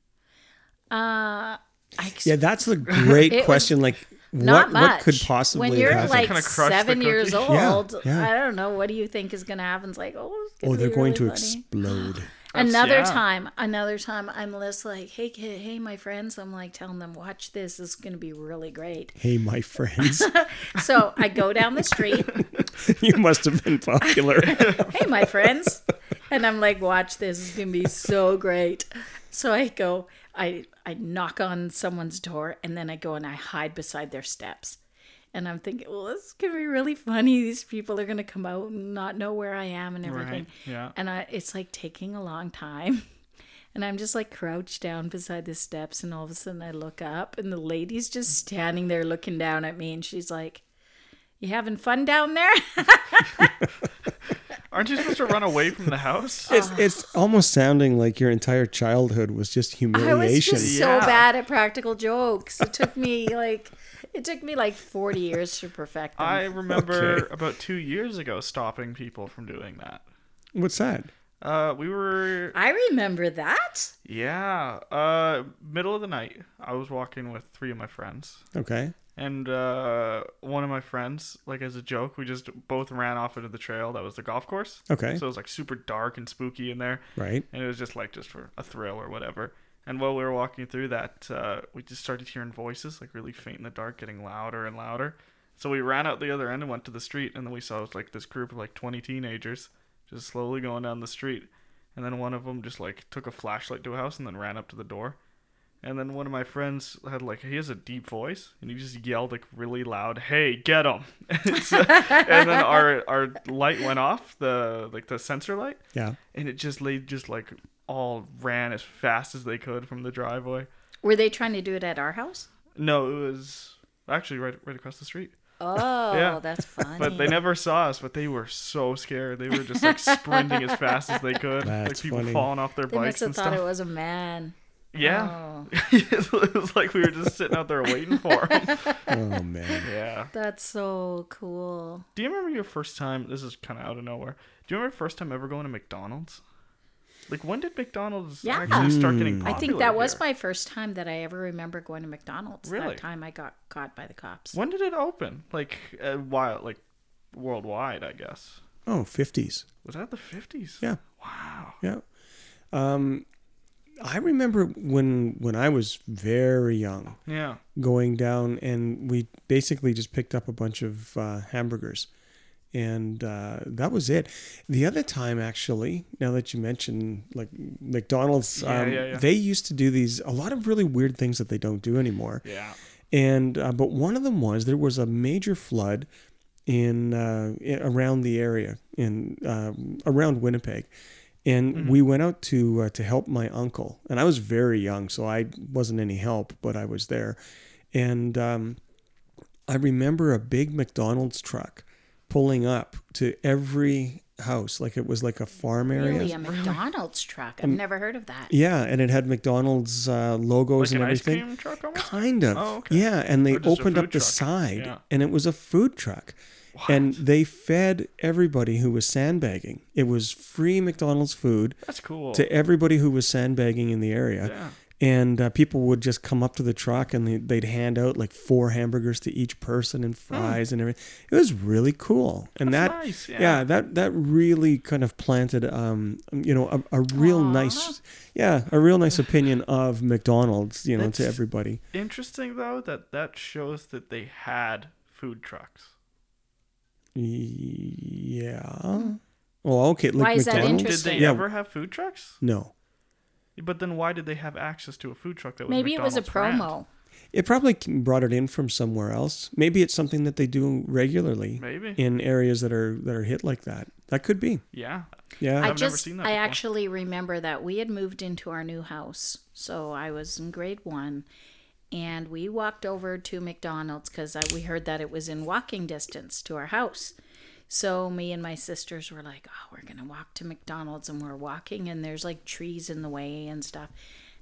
Speaker 1: Uh, I
Speaker 2: yeah, that's the great
Speaker 1: was
Speaker 2: question. Like,
Speaker 1: not
Speaker 2: what
Speaker 1: much.
Speaker 2: what could possibly
Speaker 1: when you're
Speaker 2: have happened?
Speaker 1: like
Speaker 3: Kinda crush the
Speaker 1: seven years
Speaker 3: cookie.
Speaker 2: Yeah,
Speaker 1: old?
Speaker 2: yeah.
Speaker 1: I don't know. What do you think is going to happen? It's like, oh, it's
Speaker 2: oh,
Speaker 1: gonna
Speaker 2: they're
Speaker 1: be
Speaker 2: going
Speaker 1: really
Speaker 2: to
Speaker 1: funny.
Speaker 2: explode.
Speaker 1: Another
Speaker 3: yeah.
Speaker 1: time, another time, I'm just like, hey, kid, hey, my friends. I'm like telling them, watch this. This is going to be really great.
Speaker 2: Hey, my friends,
Speaker 1: So I go down the street.
Speaker 2: you must have been popular.
Speaker 1: hey, my friends. And I'm like, watch this. It's going to be so great. So I go, I, I knock on someone's door and then I go and I hide beside their steps. And I'm thinking, well, this is going to be really funny. These people are going to come out and not know where I am and everything.
Speaker 3: yeah.
Speaker 1: And I, it's like taking a long time. And I'm just like crouched down beside the steps. And all of a sudden I look up and the lady's just standing there looking down at me. And she's like, you having fun down there?
Speaker 3: Aren't you supposed to run away from the house?
Speaker 2: It's, it's almost sounding like your entire childhood was just
Speaker 1: I
Speaker 2: humiliation.
Speaker 1: was just so
Speaker 3: Yeah.
Speaker 1: bad at practical jokes. It took me like it took me like forty years to perfect them.
Speaker 3: I remember
Speaker 2: Okay.
Speaker 3: about two years ago stopping people from doing that.
Speaker 2: What's that?
Speaker 3: Uh, we were
Speaker 1: I remember that.
Speaker 3: Yeah. Uh, middle of the night, I was walking with three of my friends,
Speaker 2: Okay.
Speaker 3: and uh, one of my friends, like as a joke, we just both ran off into the trail that was the golf course.
Speaker 2: Okay.
Speaker 3: So it was like super dark and spooky in there,
Speaker 2: Right.
Speaker 3: and it was just like just for a thrill or whatever. And while we were walking through that, uh, we just started hearing voices, like really faint in the dark, getting louder and louder. So we ran out the other end and went to the street, and then we saw like this group of like 20 teenagers just slowly going down the street. And then one of them just like took a flashlight to a house and then ran up to the door. And then one of my friends had like he has a deep voice and he just yelled like really loud, "Hey, get him!" and then our our light went off the like the sensor light,
Speaker 2: Yeah.
Speaker 3: and it just they just like all ran as fast as they could from the driveway.
Speaker 1: Were they trying to do it at our house?
Speaker 3: No, it was actually right right across the street.
Speaker 1: Oh,
Speaker 3: Yeah.
Speaker 1: that's funny.
Speaker 3: But they never saw us, but they were so scared. They were just like sprinting as fast as they could.
Speaker 2: That's
Speaker 3: like people
Speaker 2: funny.
Speaker 3: falling off their
Speaker 1: They must
Speaker 3: bikes
Speaker 1: have
Speaker 3: and
Speaker 1: thought
Speaker 3: stuff.
Speaker 1: it Oh. was a man.
Speaker 3: Yeah. it was like we were just sitting out there waiting for 'em.
Speaker 2: Oh man.
Speaker 3: Yeah.
Speaker 1: That's so cool.
Speaker 3: Do you remember your first time? This is kind of out of nowhere. Do you remember your first time ever going to McDonald's? Like when did McDonald's
Speaker 1: Yeah.
Speaker 3: actually start getting
Speaker 2: Hmm.
Speaker 3: popular?
Speaker 1: I think that was
Speaker 3: here?
Speaker 1: my first time that I ever remember going to McDonald's.
Speaker 3: Really?
Speaker 1: That time I got caught by the cops.
Speaker 3: When did it open? Like uh, wild, like worldwide, I guess.
Speaker 2: Oh, fifties.
Speaker 3: Was that the fifties?
Speaker 2: Yeah.
Speaker 3: Wow.
Speaker 2: Yeah. Um, I remember when when I was very young,
Speaker 3: Yeah.
Speaker 2: going down, and we basically just picked up a bunch of uh, hamburgers, and uh, that was it. The other time, actually, now that you mention like McDonald's,
Speaker 3: Yeah,
Speaker 2: um,
Speaker 3: yeah, yeah.
Speaker 2: they used to do these a lot of really weird things that they don't do anymore.
Speaker 3: Yeah.
Speaker 2: and uh, but one of them was there was a major flood in, uh, i- around the area in um around Winnipeg, and
Speaker 3: Mm-hmm.
Speaker 2: we went out to uh, to help my uncle, and I was very young, so I wasn't any help, but I was there, and um, I remember a big McDonald's truck pulling up to every house, like it was like a farm area.
Speaker 1: Really, a McDonald's truck. I've never heard of that.
Speaker 2: Yeah, and it had McDonald's uh, logos
Speaker 3: Like
Speaker 2: and
Speaker 3: an ice
Speaker 2: everything.
Speaker 3: cream truck almost.
Speaker 2: Kind of.
Speaker 3: Oh, okay.
Speaker 2: Yeah, and they
Speaker 3: Or just a
Speaker 2: opened up
Speaker 3: food
Speaker 2: the
Speaker 3: truck.
Speaker 2: side,
Speaker 3: Yeah.
Speaker 2: and it was a food truck. And they fed everybody who was sandbagging. It was free McDonald's food
Speaker 3: That's cool.
Speaker 2: to everybody who was sandbagging in the area.
Speaker 3: Yeah.
Speaker 2: And uh, people would just come up to the truck and they, they'd hand out like four hamburgers to each person and fries and everything. It was really cool. And
Speaker 3: Hmm. That's
Speaker 2: that,
Speaker 3: nice, yeah.
Speaker 2: that that really kind of planted, um, you know, a, a real nice, yeah, a real nice opinion of McDonald's, you know, to
Speaker 3: That's-
Speaker 2: everybody.
Speaker 3: Interesting though that that shows that they had food trucks.
Speaker 2: Yeah. Oh, okay. Like
Speaker 1: Hmm. Why is that
Speaker 2: McDonald's?
Speaker 3: Did they
Speaker 1: Interesting.
Speaker 3: ever have food trucks?
Speaker 2: No.
Speaker 3: But then why did they have access to a food truck that was
Speaker 1: Maybe it was a
Speaker 3: McDonald's brand?
Speaker 1: promo.
Speaker 2: It probably c- brought it in from somewhere else. Maybe it's something that they do regularly
Speaker 3: Maybe.
Speaker 2: in areas that are that are hit like that. That could be.
Speaker 3: Yeah.
Speaker 2: Yeah.
Speaker 1: I
Speaker 3: never
Speaker 1: just,
Speaker 3: seen that
Speaker 1: I
Speaker 3: before.
Speaker 1: actually remember that we had moved into our new house. So I was in grade one and we walked over to McDonald's because we heard that it was in walking distance to our house. So me and my sisters were like, oh, we're going to walk to McDonald's and we're walking and there's like trees in the way and stuff.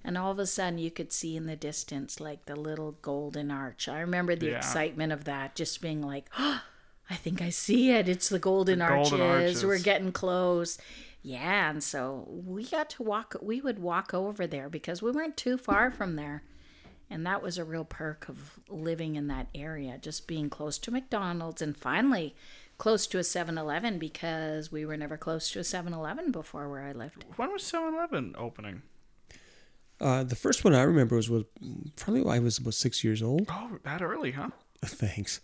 Speaker 1: And all of a sudden you could see in the distance like the little golden arch. I remember the
Speaker 3: Yeah.
Speaker 1: excitement of that just being like, oh, I think I see it. It's the golden,
Speaker 3: golden
Speaker 1: arches. We're
Speaker 3: arches.
Speaker 1: getting close. Yeah, and so we got to walk. We would walk over there because we weren't too far from there, and that was a real perk of living in that area, just being close to McDonald's and finally close to a 7-Eleven because we were never close to a 7-Eleven before where I lived.
Speaker 3: When was 7 Eleven opening?
Speaker 2: Uh, the first one I remember was, was probably when I was about six years old.
Speaker 3: Oh, that early, huh?
Speaker 2: Thanks.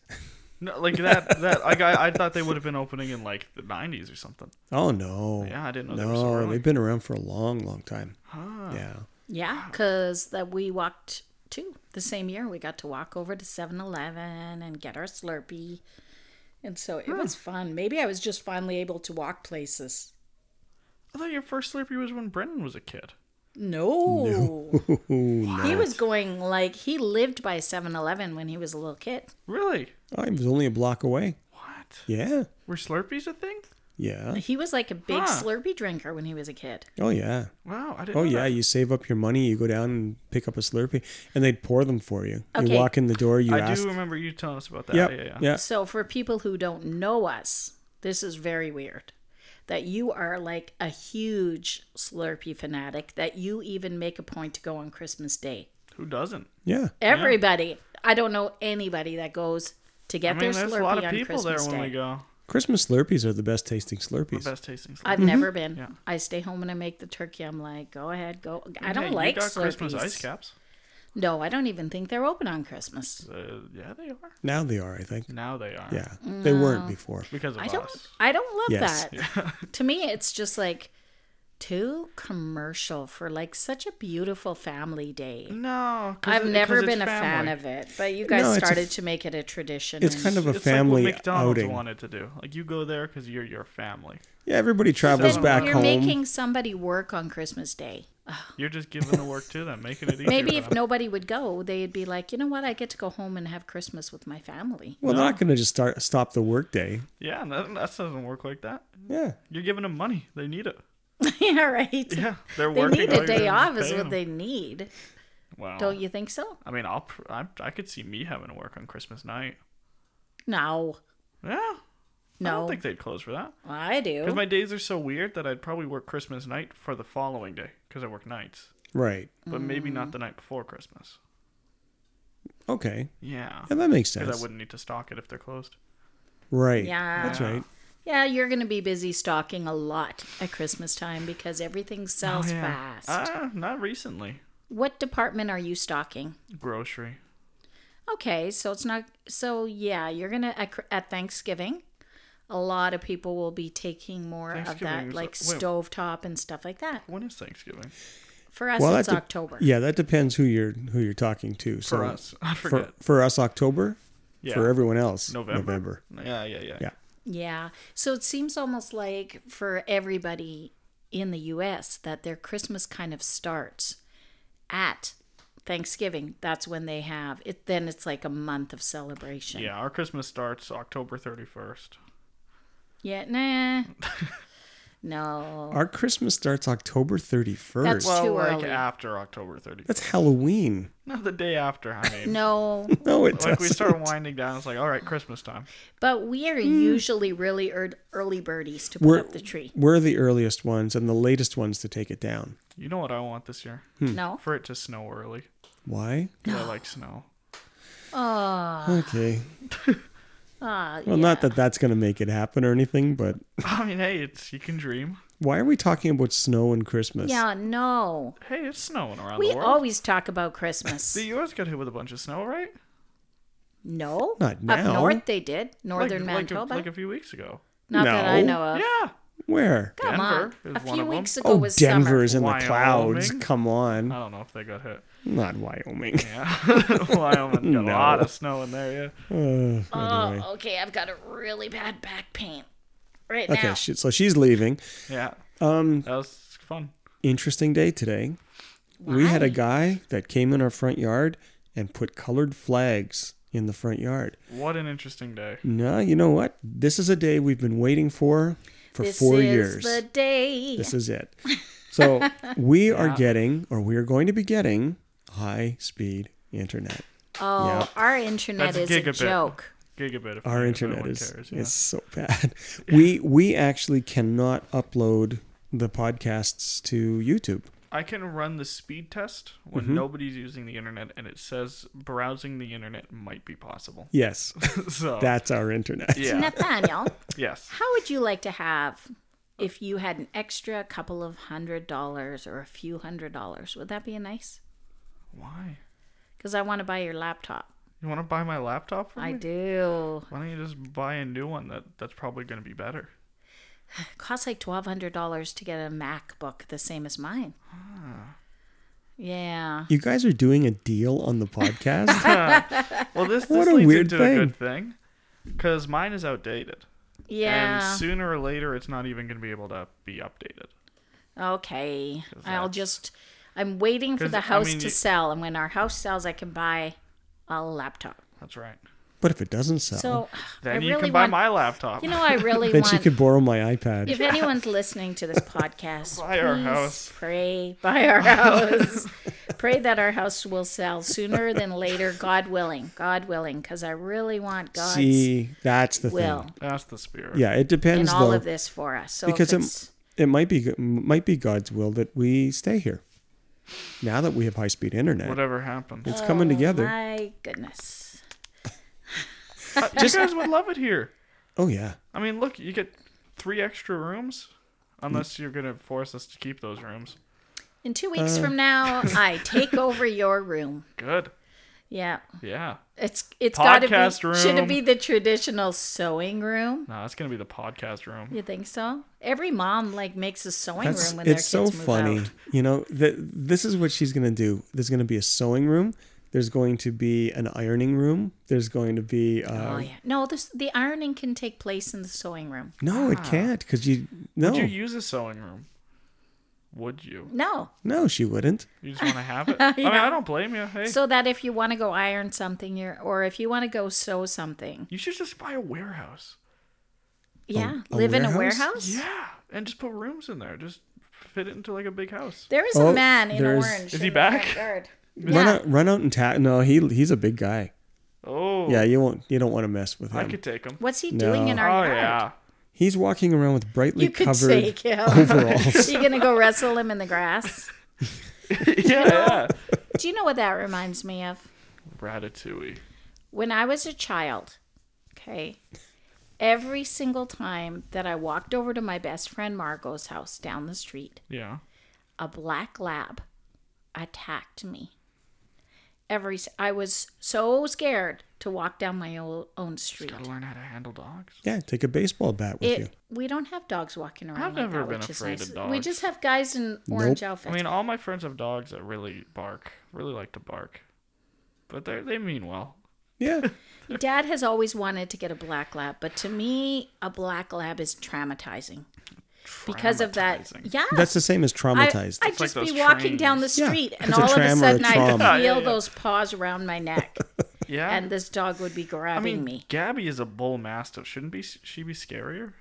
Speaker 3: No, like that. That like I, I thought they would have been opening in like the '90s or something.
Speaker 2: Oh no.
Speaker 3: Yeah, I didn't know they
Speaker 2: No,
Speaker 3: were so early.
Speaker 2: they've been around for a long, long time.
Speaker 3: Huh.
Speaker 2: Yeah.
Speaker 1: Yeah, because that we walked too the same year. We got to walk over to 7-Eleven and get our Slurpee, and so it was fun. Maybe I was just finally able to walk places.
Speaker 3: I thought your first Slurpee was when Brendan was a kid.
Speaker 1: No.
Speaker 2: Ooh, no.
Speaker 1: He was going like he lived by 7-Eleven when he was a little kid.
Speaker 3: Really?
Speaker 2: I was only a block away.
Speaker 3: What?
Speaker 2: Yeah.
Speaker 3: Were Slurpees a thing?
Speaker 2: Yeah.
Speaker 1: He was like a big
Speaker 3: Huh.
Speaker 1: Slurpee drinker when he was a kid.
Speaker 2: Oh yeah.
Speaker 3: Wow, I didn't.
Speaker 2: Oh
Speaker 3: know
Speaker 2: yeah.
Speaker 3: that.
Speaker 2: You save up your money. You go down and pick up a Slurpee, and they'd pour them for you. You
Speaker 1: Okay.
Speaker 2: walk in the door. You
Speaker 3: I
Speaker 2: ask.
Speaker 3: do remember you telling us about that.
Speaker 2: Yep,
Speaker 3: yeah, yeah.
Speaker 2: yeah.
Speaker 1: So for people who don't know us, this is very weird. That you are like a huge Slurpee fanatic that you even make a point to go on Christmas Day.
Speaker 3: Who doesn't?
Speaker 2: Yeah.
Speaker 1: Everybody, I don't know anybody that goes to
Speaker 3: I
Speaker 1: get their
Speaker 3: mean, there's
Speaker 1: Slurpee
Speaker 3: a lot of
Speaker 1: on
Speaker 3: people
Speaker 1: Christmas
Speaker 3: there when we
Speaker 1: Day.
Speaker 3: go.
Speaker 2: Christmas Slurpees are the best tasting
Speaker 3: The
Speaker 2: Slurpees.
Speaker 3: best tasting Slurpee.
Speaker 1: I've never been.
Speaker 3: Yeah.
Speaker 1: I stay home and I make the turkey. I'm like, go ahead, go. I
Speaker 3: Hey,
Speaker 1: don't like
Speaker 3: you got
Speaker 1: Slurpees.
Speaker 3: Christmas ice caps.
Speaker 1: No, I don't even think they're open on Christmas.
Speaker 3: Uh, yeah, they are.
Speaker 2: Now they are, I think.
Speaker 3: Now they are.
Speaker 2: Yeah. They weren't before.
Speaker 3: Because of
Speaker 1: I don't.
Speaker 3: us.
Speaker 1: I don't love
Speaker 2: Yes.
Speaker 1: that. to me, it's just like too commercial for like such a beautiful family day.
Speaker 3: No, Mm, 'cause
Speaker 1: I've
Speaker 3: it- 'cause
Speaker 1: never
Speaker 3: it's
Speaker 1: been a fan
Speaker 3: family.
Speaker 1: of it, but you guys
Speaker 2: No, it's a
Speaker 1: started
Speaker 2: f-
Speaker 1: to make it a tradition.
Speaker 2: It's
Speaker 1: and-
Speaker 2: kind of a
Speaker 3: It's
Speaker 2: family
Speaker 3: like what McDonald's
Speaker 2: outing.
Speaker 3: wanted to do. Like you go there because you're your family.
Speaker 2: Yeah, everybody
Speaker 1: But
Speaker 2: travels
Speaker 3: So-
Speaker 2: back
Speaker 1: you're
Speaker 2: home.
Speaker 1: making somebody work on Christmas Day.
Speaker 3: You're just giving the work to them, making it easier.
Speaker 1: Maybe
Speaker 3: for
Speaker 1: if
Speaker 3: them.
Speaker 1: nobody would go, they'd be like, you know what? I get to go home and have Christmas with my family.
Speaker 2: Well, they're not going to just start stop the workday.
Speaker 3: yeah, that, that doesn't work like that.
Speaker 2: Yeah.
Speaker 3: You're giving them money; they need it.
Speaker 1: yeah, right.
Speaker 3: Yeah, they're
Speaker 1: They
Speaker 3: working.
Speaker 1: need
Speaker 3: all
Speaker 1: a
Speaker 3: year
Speaker 1: day
Speaker 3: to
Speaker 1: off, is
Speaker 3: pay
Speaker 1: what
Speaker 3: them.
Speaker 1: they need.
Speaker 3: Wow.
Speaker 1: Don't you think so?
Speaker 3: I mean, I'll pr- I, I could see me having to work on Christmas night.
Speaker 1: No,
Speaker 3: Yeah, I
Speaker 1: no,
Speaker 3: don't think they'd close for that
Speaker 1: I do.
Speaker 3: because my days are so weird that I'd probably work Christmas night for the following day because I work nights,
Speaker 2: Right.
Speaker 3: but maybe
Speaker 1: Mm.
Speaker 3: not the night before Christmas.
Speaker 2: Okay.
Speaker 3: Yeah,
Speaker 2: Yeah, that makes
Speaker 3: because I
Speaker 2: sense.
Speaker 3: wouldn't need to stock it if they're closed.
Speaker 2: Right.
Speaker 1: Yeah.
Speaker 2: That's right.
Speaker 1: Yeah, you're going to be busy stocking a lot at Christmas time because
Speaker 3: Oh,
Speaker 1: everything sells fast.
Speaker 3: Uh, not recently.
Speaker 1: what department are you stocking?
Speaker 3: Grocery.
Speaker 1: Okay, so it's not so yeah, you're going to at, Cr- at Thanksgiving a lot of people will be taking more of that
Speaker 3: Thanksgiving's-
Speaker 1: like
Speaker 3: wait.
Speaker 1: stove stovetop and stuff like that.
Speaker 3: When is Thanksgiving?
Speaker 1: For us
Speaker 2: that
Speaker 1: it's
Speaker 2: de-
Speaker 1: October.
Speaker 2: Yeah, that depends who you're who you're talking to. So
Speaker 3: For us, I forget.
Speaker 2: for, for us October,
Speaker 3: yeah.
Speaker 2: for everyone else
Speaker 3: November.
Speaker 2: November.
Speaker 3: Yeah, yeah, yeah.
Speaker 2: Yeah.
Speaker 1: Yeah. So it seems almost like for everybody in the US that their Christmas kind of starts at Thanksgiving. That's when they have it then it's like a month of celebration.
Speaker 3: Yeah, our Christmas starts October 31st.
Speaker 1: Yeah, nah. no.
Speaker 2: Our Christmas starts October 31st.
Speaker 1: That's-
Speaker 2: That's,
Speaker 1: Well,
Speaker 3: Well,
Speaker 1: too
Speaker 3: like
Speaker 1: early.
Speaker 3: after October 31st.
Speaker 2: Halloween.
Speaker 3: Not the day after, I mean.
Speaker 1: No.
Speaker 2: No, it
Speaker 3: Like we
Speaker 2: doesn't.
Speaker 3: start winding down, it's like, all right, Christmas time.
Speaker 1: But we are usually really ear- early birdies to put
Speaker 2: Hmm. We're-
Speaker 1: up the tree.
Speaker 2: We're the earliest ones and the latest ones to take it down.
Speaker 3: You know what I want this year?
Speaker 2: hmm.
Speaker 1: No.
Speaker 3: For it to snow early.
Speaker 2: Why?
Speaker 3: 'Cause I like snow.
Speaker 1: Ah.
Speaker 2: Okay.
Speaker 1: Uh,
Speaker 2: Well, not that that's going to make it happen or anything, but
Speaker 3: I mean, hey, it's you can dream.
Speaker 2: why are we talking about snow and Christmas?
Speaker 1: yeah, no.
Speaker 3: Hey, it's snowing around
Speaker 1: We
Speaker 3: the world.
Speaker 1: always talk about Christmas.
Speaker 3: The U.S. got hit with a bunch of snow, right?
Speaker 1: no.
Speaker 2: Not
Speaker 1: Up
Speaker 2: now.
Speaker 1: north they did.
Speaker 3: Like-
Speaker 1: Northern
Speaker 3: like, a-
Speaker 1: Manitoba.
Speaker 3: like a few weeks ago.
Speaker 1: not that I
Speaker 2: No.
Speaker 1: know of.
Speaker 3: Yeah.
Speaker 2: Where?
Speaker 1: Come
Speaker 3: Denver
Speaker 1: on.
Speaker 3: is
Speaker 1: A
Speaker 3: one
Speaker 1: few
Speaker 3: of
Speaker 1: weeks
Speaker 3: them.
Speaker 1: ago
Speaker 2: Oh,
Speaker 1: was
Speaker 2: Denver
Speaker 1: summer.
Speaker 2: is in the
Speaker 3: Wyoming? Uh,
Speaker 2: clouds. Come on.
Speaker 3: I don't know if they got hit.
Speaker 2: Not Wyoming.
Speaker 3: Yeah, Wyoming got
Speaker 2: No.
Speaker 3: a lot of snow in there.
Speaker 2: Uh,
Speaker 3: Yeah.
Speaker 2: anyway.
Speaker 1: Oh, okay. I've got a really bad back pain right
Speaker 2: Okay,
Speaker 1: now.
Speaker 2: she, so she's leaving.
Speaker 3: Yeah.
Speaker 2: Um,
Speaker 3: That was fun.
Speaker 2: interesting day today. We had a guy that came in our front yard and put colored flags in the front yard.
Speaker 3: What an interesting day.
Speaker 2: No, you know what? This is a day we've been waiting for for
Speaker 1: this
Speaker 2: four
Speaker 1: is
Speaker 2: years.
Speaker 1: the day.
Speaker 2: This is it. So we are getting, or we are going to be getting, high speed internet.
Speaker 1: oh,
Speaker 2: yeah.
Speaker 1: our internet
Speaker 3: That's
Speaker 1: is a
Speaker 3: gigabit.
Speaker 1: joke.
Speaker 3: Gigabit. If
Speaker 2: Our
Speaker 3: if
Speaker 2: internet
Speaker 3: anyone
Speaker 2: is
Speaker 3: cares,
Speaker 2: is so bad. We we actually cannot upload the podcasts to YouTube.
Speaker 3: I can run the speed test when
Speaker 2: Mm-hmm.
Speaker 3: nobody's using the internet, and it says browsing the internet might be possible.
Speaker 2: Yes,
Speaker 3: so
Speaker 2: that's our internet.
Speaker 3: Oh. yeah,
Speaker 1: Nathaniel,
Speaker 3: yes.
Speaker 1: how would you like to have if you had an extra couple of hundred dollars or a few hundred dollars? Would that be a nice?
Speaker 3: Why?
Speaker 1: Because I want to buy your laptop.
Speaker 3: You want to buy Oh my laptop for
Speaker 1: I
Speaker 3: me?
Speaker 1: do.
Speaker 3: Why don't you just buy a new one that that's probably going to be better?
Speaker 1: It costs like twelve hundred dollars to get a MacBook the same as mine.
Speaker 3: Ah.
Speaker 1: Yeah.
Speaker 2: You guys are doing a deal on the podcast.
Speaker 3: Well, this, this
Speaker 2: What a
Speaker 3: leads
Speaker 2: weird
Speaker 3: into a good thing, because mine is outdated,
Speaker 1: Yeah.
Speaker 3: and sooner or later it's not even going to be able to be updated.
Speaker 1: Okay. I'll
Speaker 3: that's-
Speaker 1: just I'm waiting for
Speaker 3: 'Cause,
Speaker 1: the
Speaker 3: I
Speaker 1: house
Speaker 3: mean,
Speaker 1: to
Speaker 3: you-
Speaker 1: sell and when our house sells I can buy a laptop.
Speaker 3: That's right.
Speaker 2: but if it doesn't sell,
Speaker 1: So
Speaker 3: Then
Speaker 1: I
Speaker 3: you
Speaker 1: really
Speaker 3: can buy
Speaker 1: want
Speaker 3: my laptop.
Speaker 1: You know I really
Speaker 2: then
Speaker 1: want
Speaker 2: she could borrow my iPad.
Speaker 1: if anyone's listening to this podcast,
Speaker 3: Buy our
Speaker 1: please
Speaker 3: house.
Speaker 1: Pray buy our house. pray that our house will sell sooner than later, God willing. God willing, because I really want God's
Speaker 2: See, that's the
Speaker 1: will
Speaker 2: thing.
Speaker 3: That's the spirit.
Speaker 2: Yeah, it
Speaker 1: in
Speaker 2: depends
Speaker 1: all
Speaker 2: though.
Speaker 1: of this for us. So
Speaker 2: because
Speaker 1: because
Speaker 2: it, it might be might be God's will that we stay here. Now that we have high speed internet,
Speaker 3: Whatever happens,
Speaker 1: Uh,
Speaker 2: it's coming together.
Speaker 1: Oh, my goodness.
Speaker 3: Uh, you guys would love it here.
Speaker 2: Oh yeah,
Speaker 3: I mean, look, you get three extra rooms, unless you're gonna force us to keep those rooms.
Speaker 1: In two
Speaker 2: Uh.
Speaker 1: weeks from now, I take over your room.
Speaker 3: Good.
Speaker 1: Yeah,
Speaker 3: Yeah.
Speaker 1: it's it's got to
Speaker 3: Podcast
Speaker 1: be should
Speaker 3: room.
Speaker 1: it be the traditional sewing room?
Speaker 3: No, that's gonna be the podcast room.
Speaker 1: You think so? Every mom like makes a sewing
Speaker 2: that's
Speaker 1: room when
Speaker 2: it's
Speaker 1: their
Speaker 2: so
Speaker 1: kids move
Speaker 2: funny.
Speaker 1: out.
Speaker 2: You know that this is what she's gonna do. There's gonna be a sewing room. There's going to be an ironing room. There's going to be uh,
Speaker 1: Oh yeah, no, this the ironing can take place in the sewing room.
Speaker 2: no, it can't because you no
Speaker 3: Would you use a sewing room? Would you?
Speaker 1: No,
Speaker 2: no she wouldn't.
Speaker 3: You just want to have it. I mean, I don't blame you. Hey,
Speaker 1: so that if you want to go iron something, you're, or if you want to go sew something,
Speaker 3: you should just buy a warehouse.
Speaker 1: yeah,
Speaker 2: a
Speaker 1: live in a
Speaker 2: warehouse?
Speaker 1: warehouse.
Speaker 3: Yeah, and just put rooms in there. Just fit it into like a big house.
Speaker 1: There is
Speaker 2: Oh,
Speaker 1: a man in
Speaker 2: there's-
Speaker 1: orange.
Speaker 3: Is he
Speaker 1: in the front
Speaker 3: back?
Speaker 1: yard.
Speaker 2: Run
Speaker 1: Yeah.
Speaker 2: out, run out and tap. No, he he's a big guy.
Speaker 3: Oh,
Speaker 2: Yeah, um, you won't you don't want to mess with
Speaker 3: I
Speaker 2: him.
Speaker 3: could take them.
Speaker 1: What's he
Speaker 2: No.
Speaker 1: doing in
Speaker 3: Oh
Speaker 1: our yard?
Speaker 3: yeah,
Speaker 2: He's walking around with brightly
Speaker 1: You could
Speaker 2: covered
Speaker 1: take him.
Speaker 2: overalls.
Speaker 1: you gonna go wrestle him in the grass?
Speaker 3: yeah, yeah.
Speaker 1: Do you know what that reminds me of?
Speaker 3: Ratatouille.
Speaker 1: When I was a child, okay, every single time that I walked over to my best friend Margot's house down the street,
Speaker 3: Yeah.
Speaker 1: a black lab attacked me. Every s- I was so scared to walk down my o- own street.
Speaker 3: Gotta learn how to handle dogs.
Speaker 2: yeah, take a baseball bat with
Speaker 1: It,
Speaker 2: you.
Speaker 1: We don't have dogs walking around.
Speaker 3: I've
Speaker 1: like
Speaker 3: never
Speaker 1: that,
Speaker 3: been
Speaker 1: which is
Speaker 3: afraid
Speaker 1: nice.
Speaker 3: of
Speaker 1: We
Speaker 3: dogs.
Speaker 1: just have guys in orange
Speaker 3: I
Speaker 1: outfits.
Speaker 3: mean, all my friends have dogs that really bark, really like to bark, but they they mean well.
Speaker 2: Yeah.
Speaker 1: Dad has always wanted to get a black lab, but to me, a black lab is traumatizing because of that.
Speaker 3: Traumatizing.
Speaker 1: Yeah,
Speaker 2: That's the same as
Speaker 1: I,
Speaker 2: traumatized.
Speaker 1: I'd just
Speaker 3: like
Speaker 1: be
Speaker 3: those
Speaker 1: walking down the
Speaker 3: trains.
Speaker 2: Yeah,
Speaker 1: street, and
Speaker 2: it's a
Speaker 1: all of a
Speaker 2: tram or a
Speaker 1: sudden I could feel
Speaker 2: trom.
Speaker 3: Yeah, yeah, yeah.
Speaker 1: those paws around my neck,
Speaker 3: Yeah.
Speaker 1: and this dog would be
Speaker 3: I
Speaker 1: grabbing
Speaker 3: mean,
Speaker 1: me.
Speaker 3: Gabby is a bull mastiff. Shouldn't be she be scarier?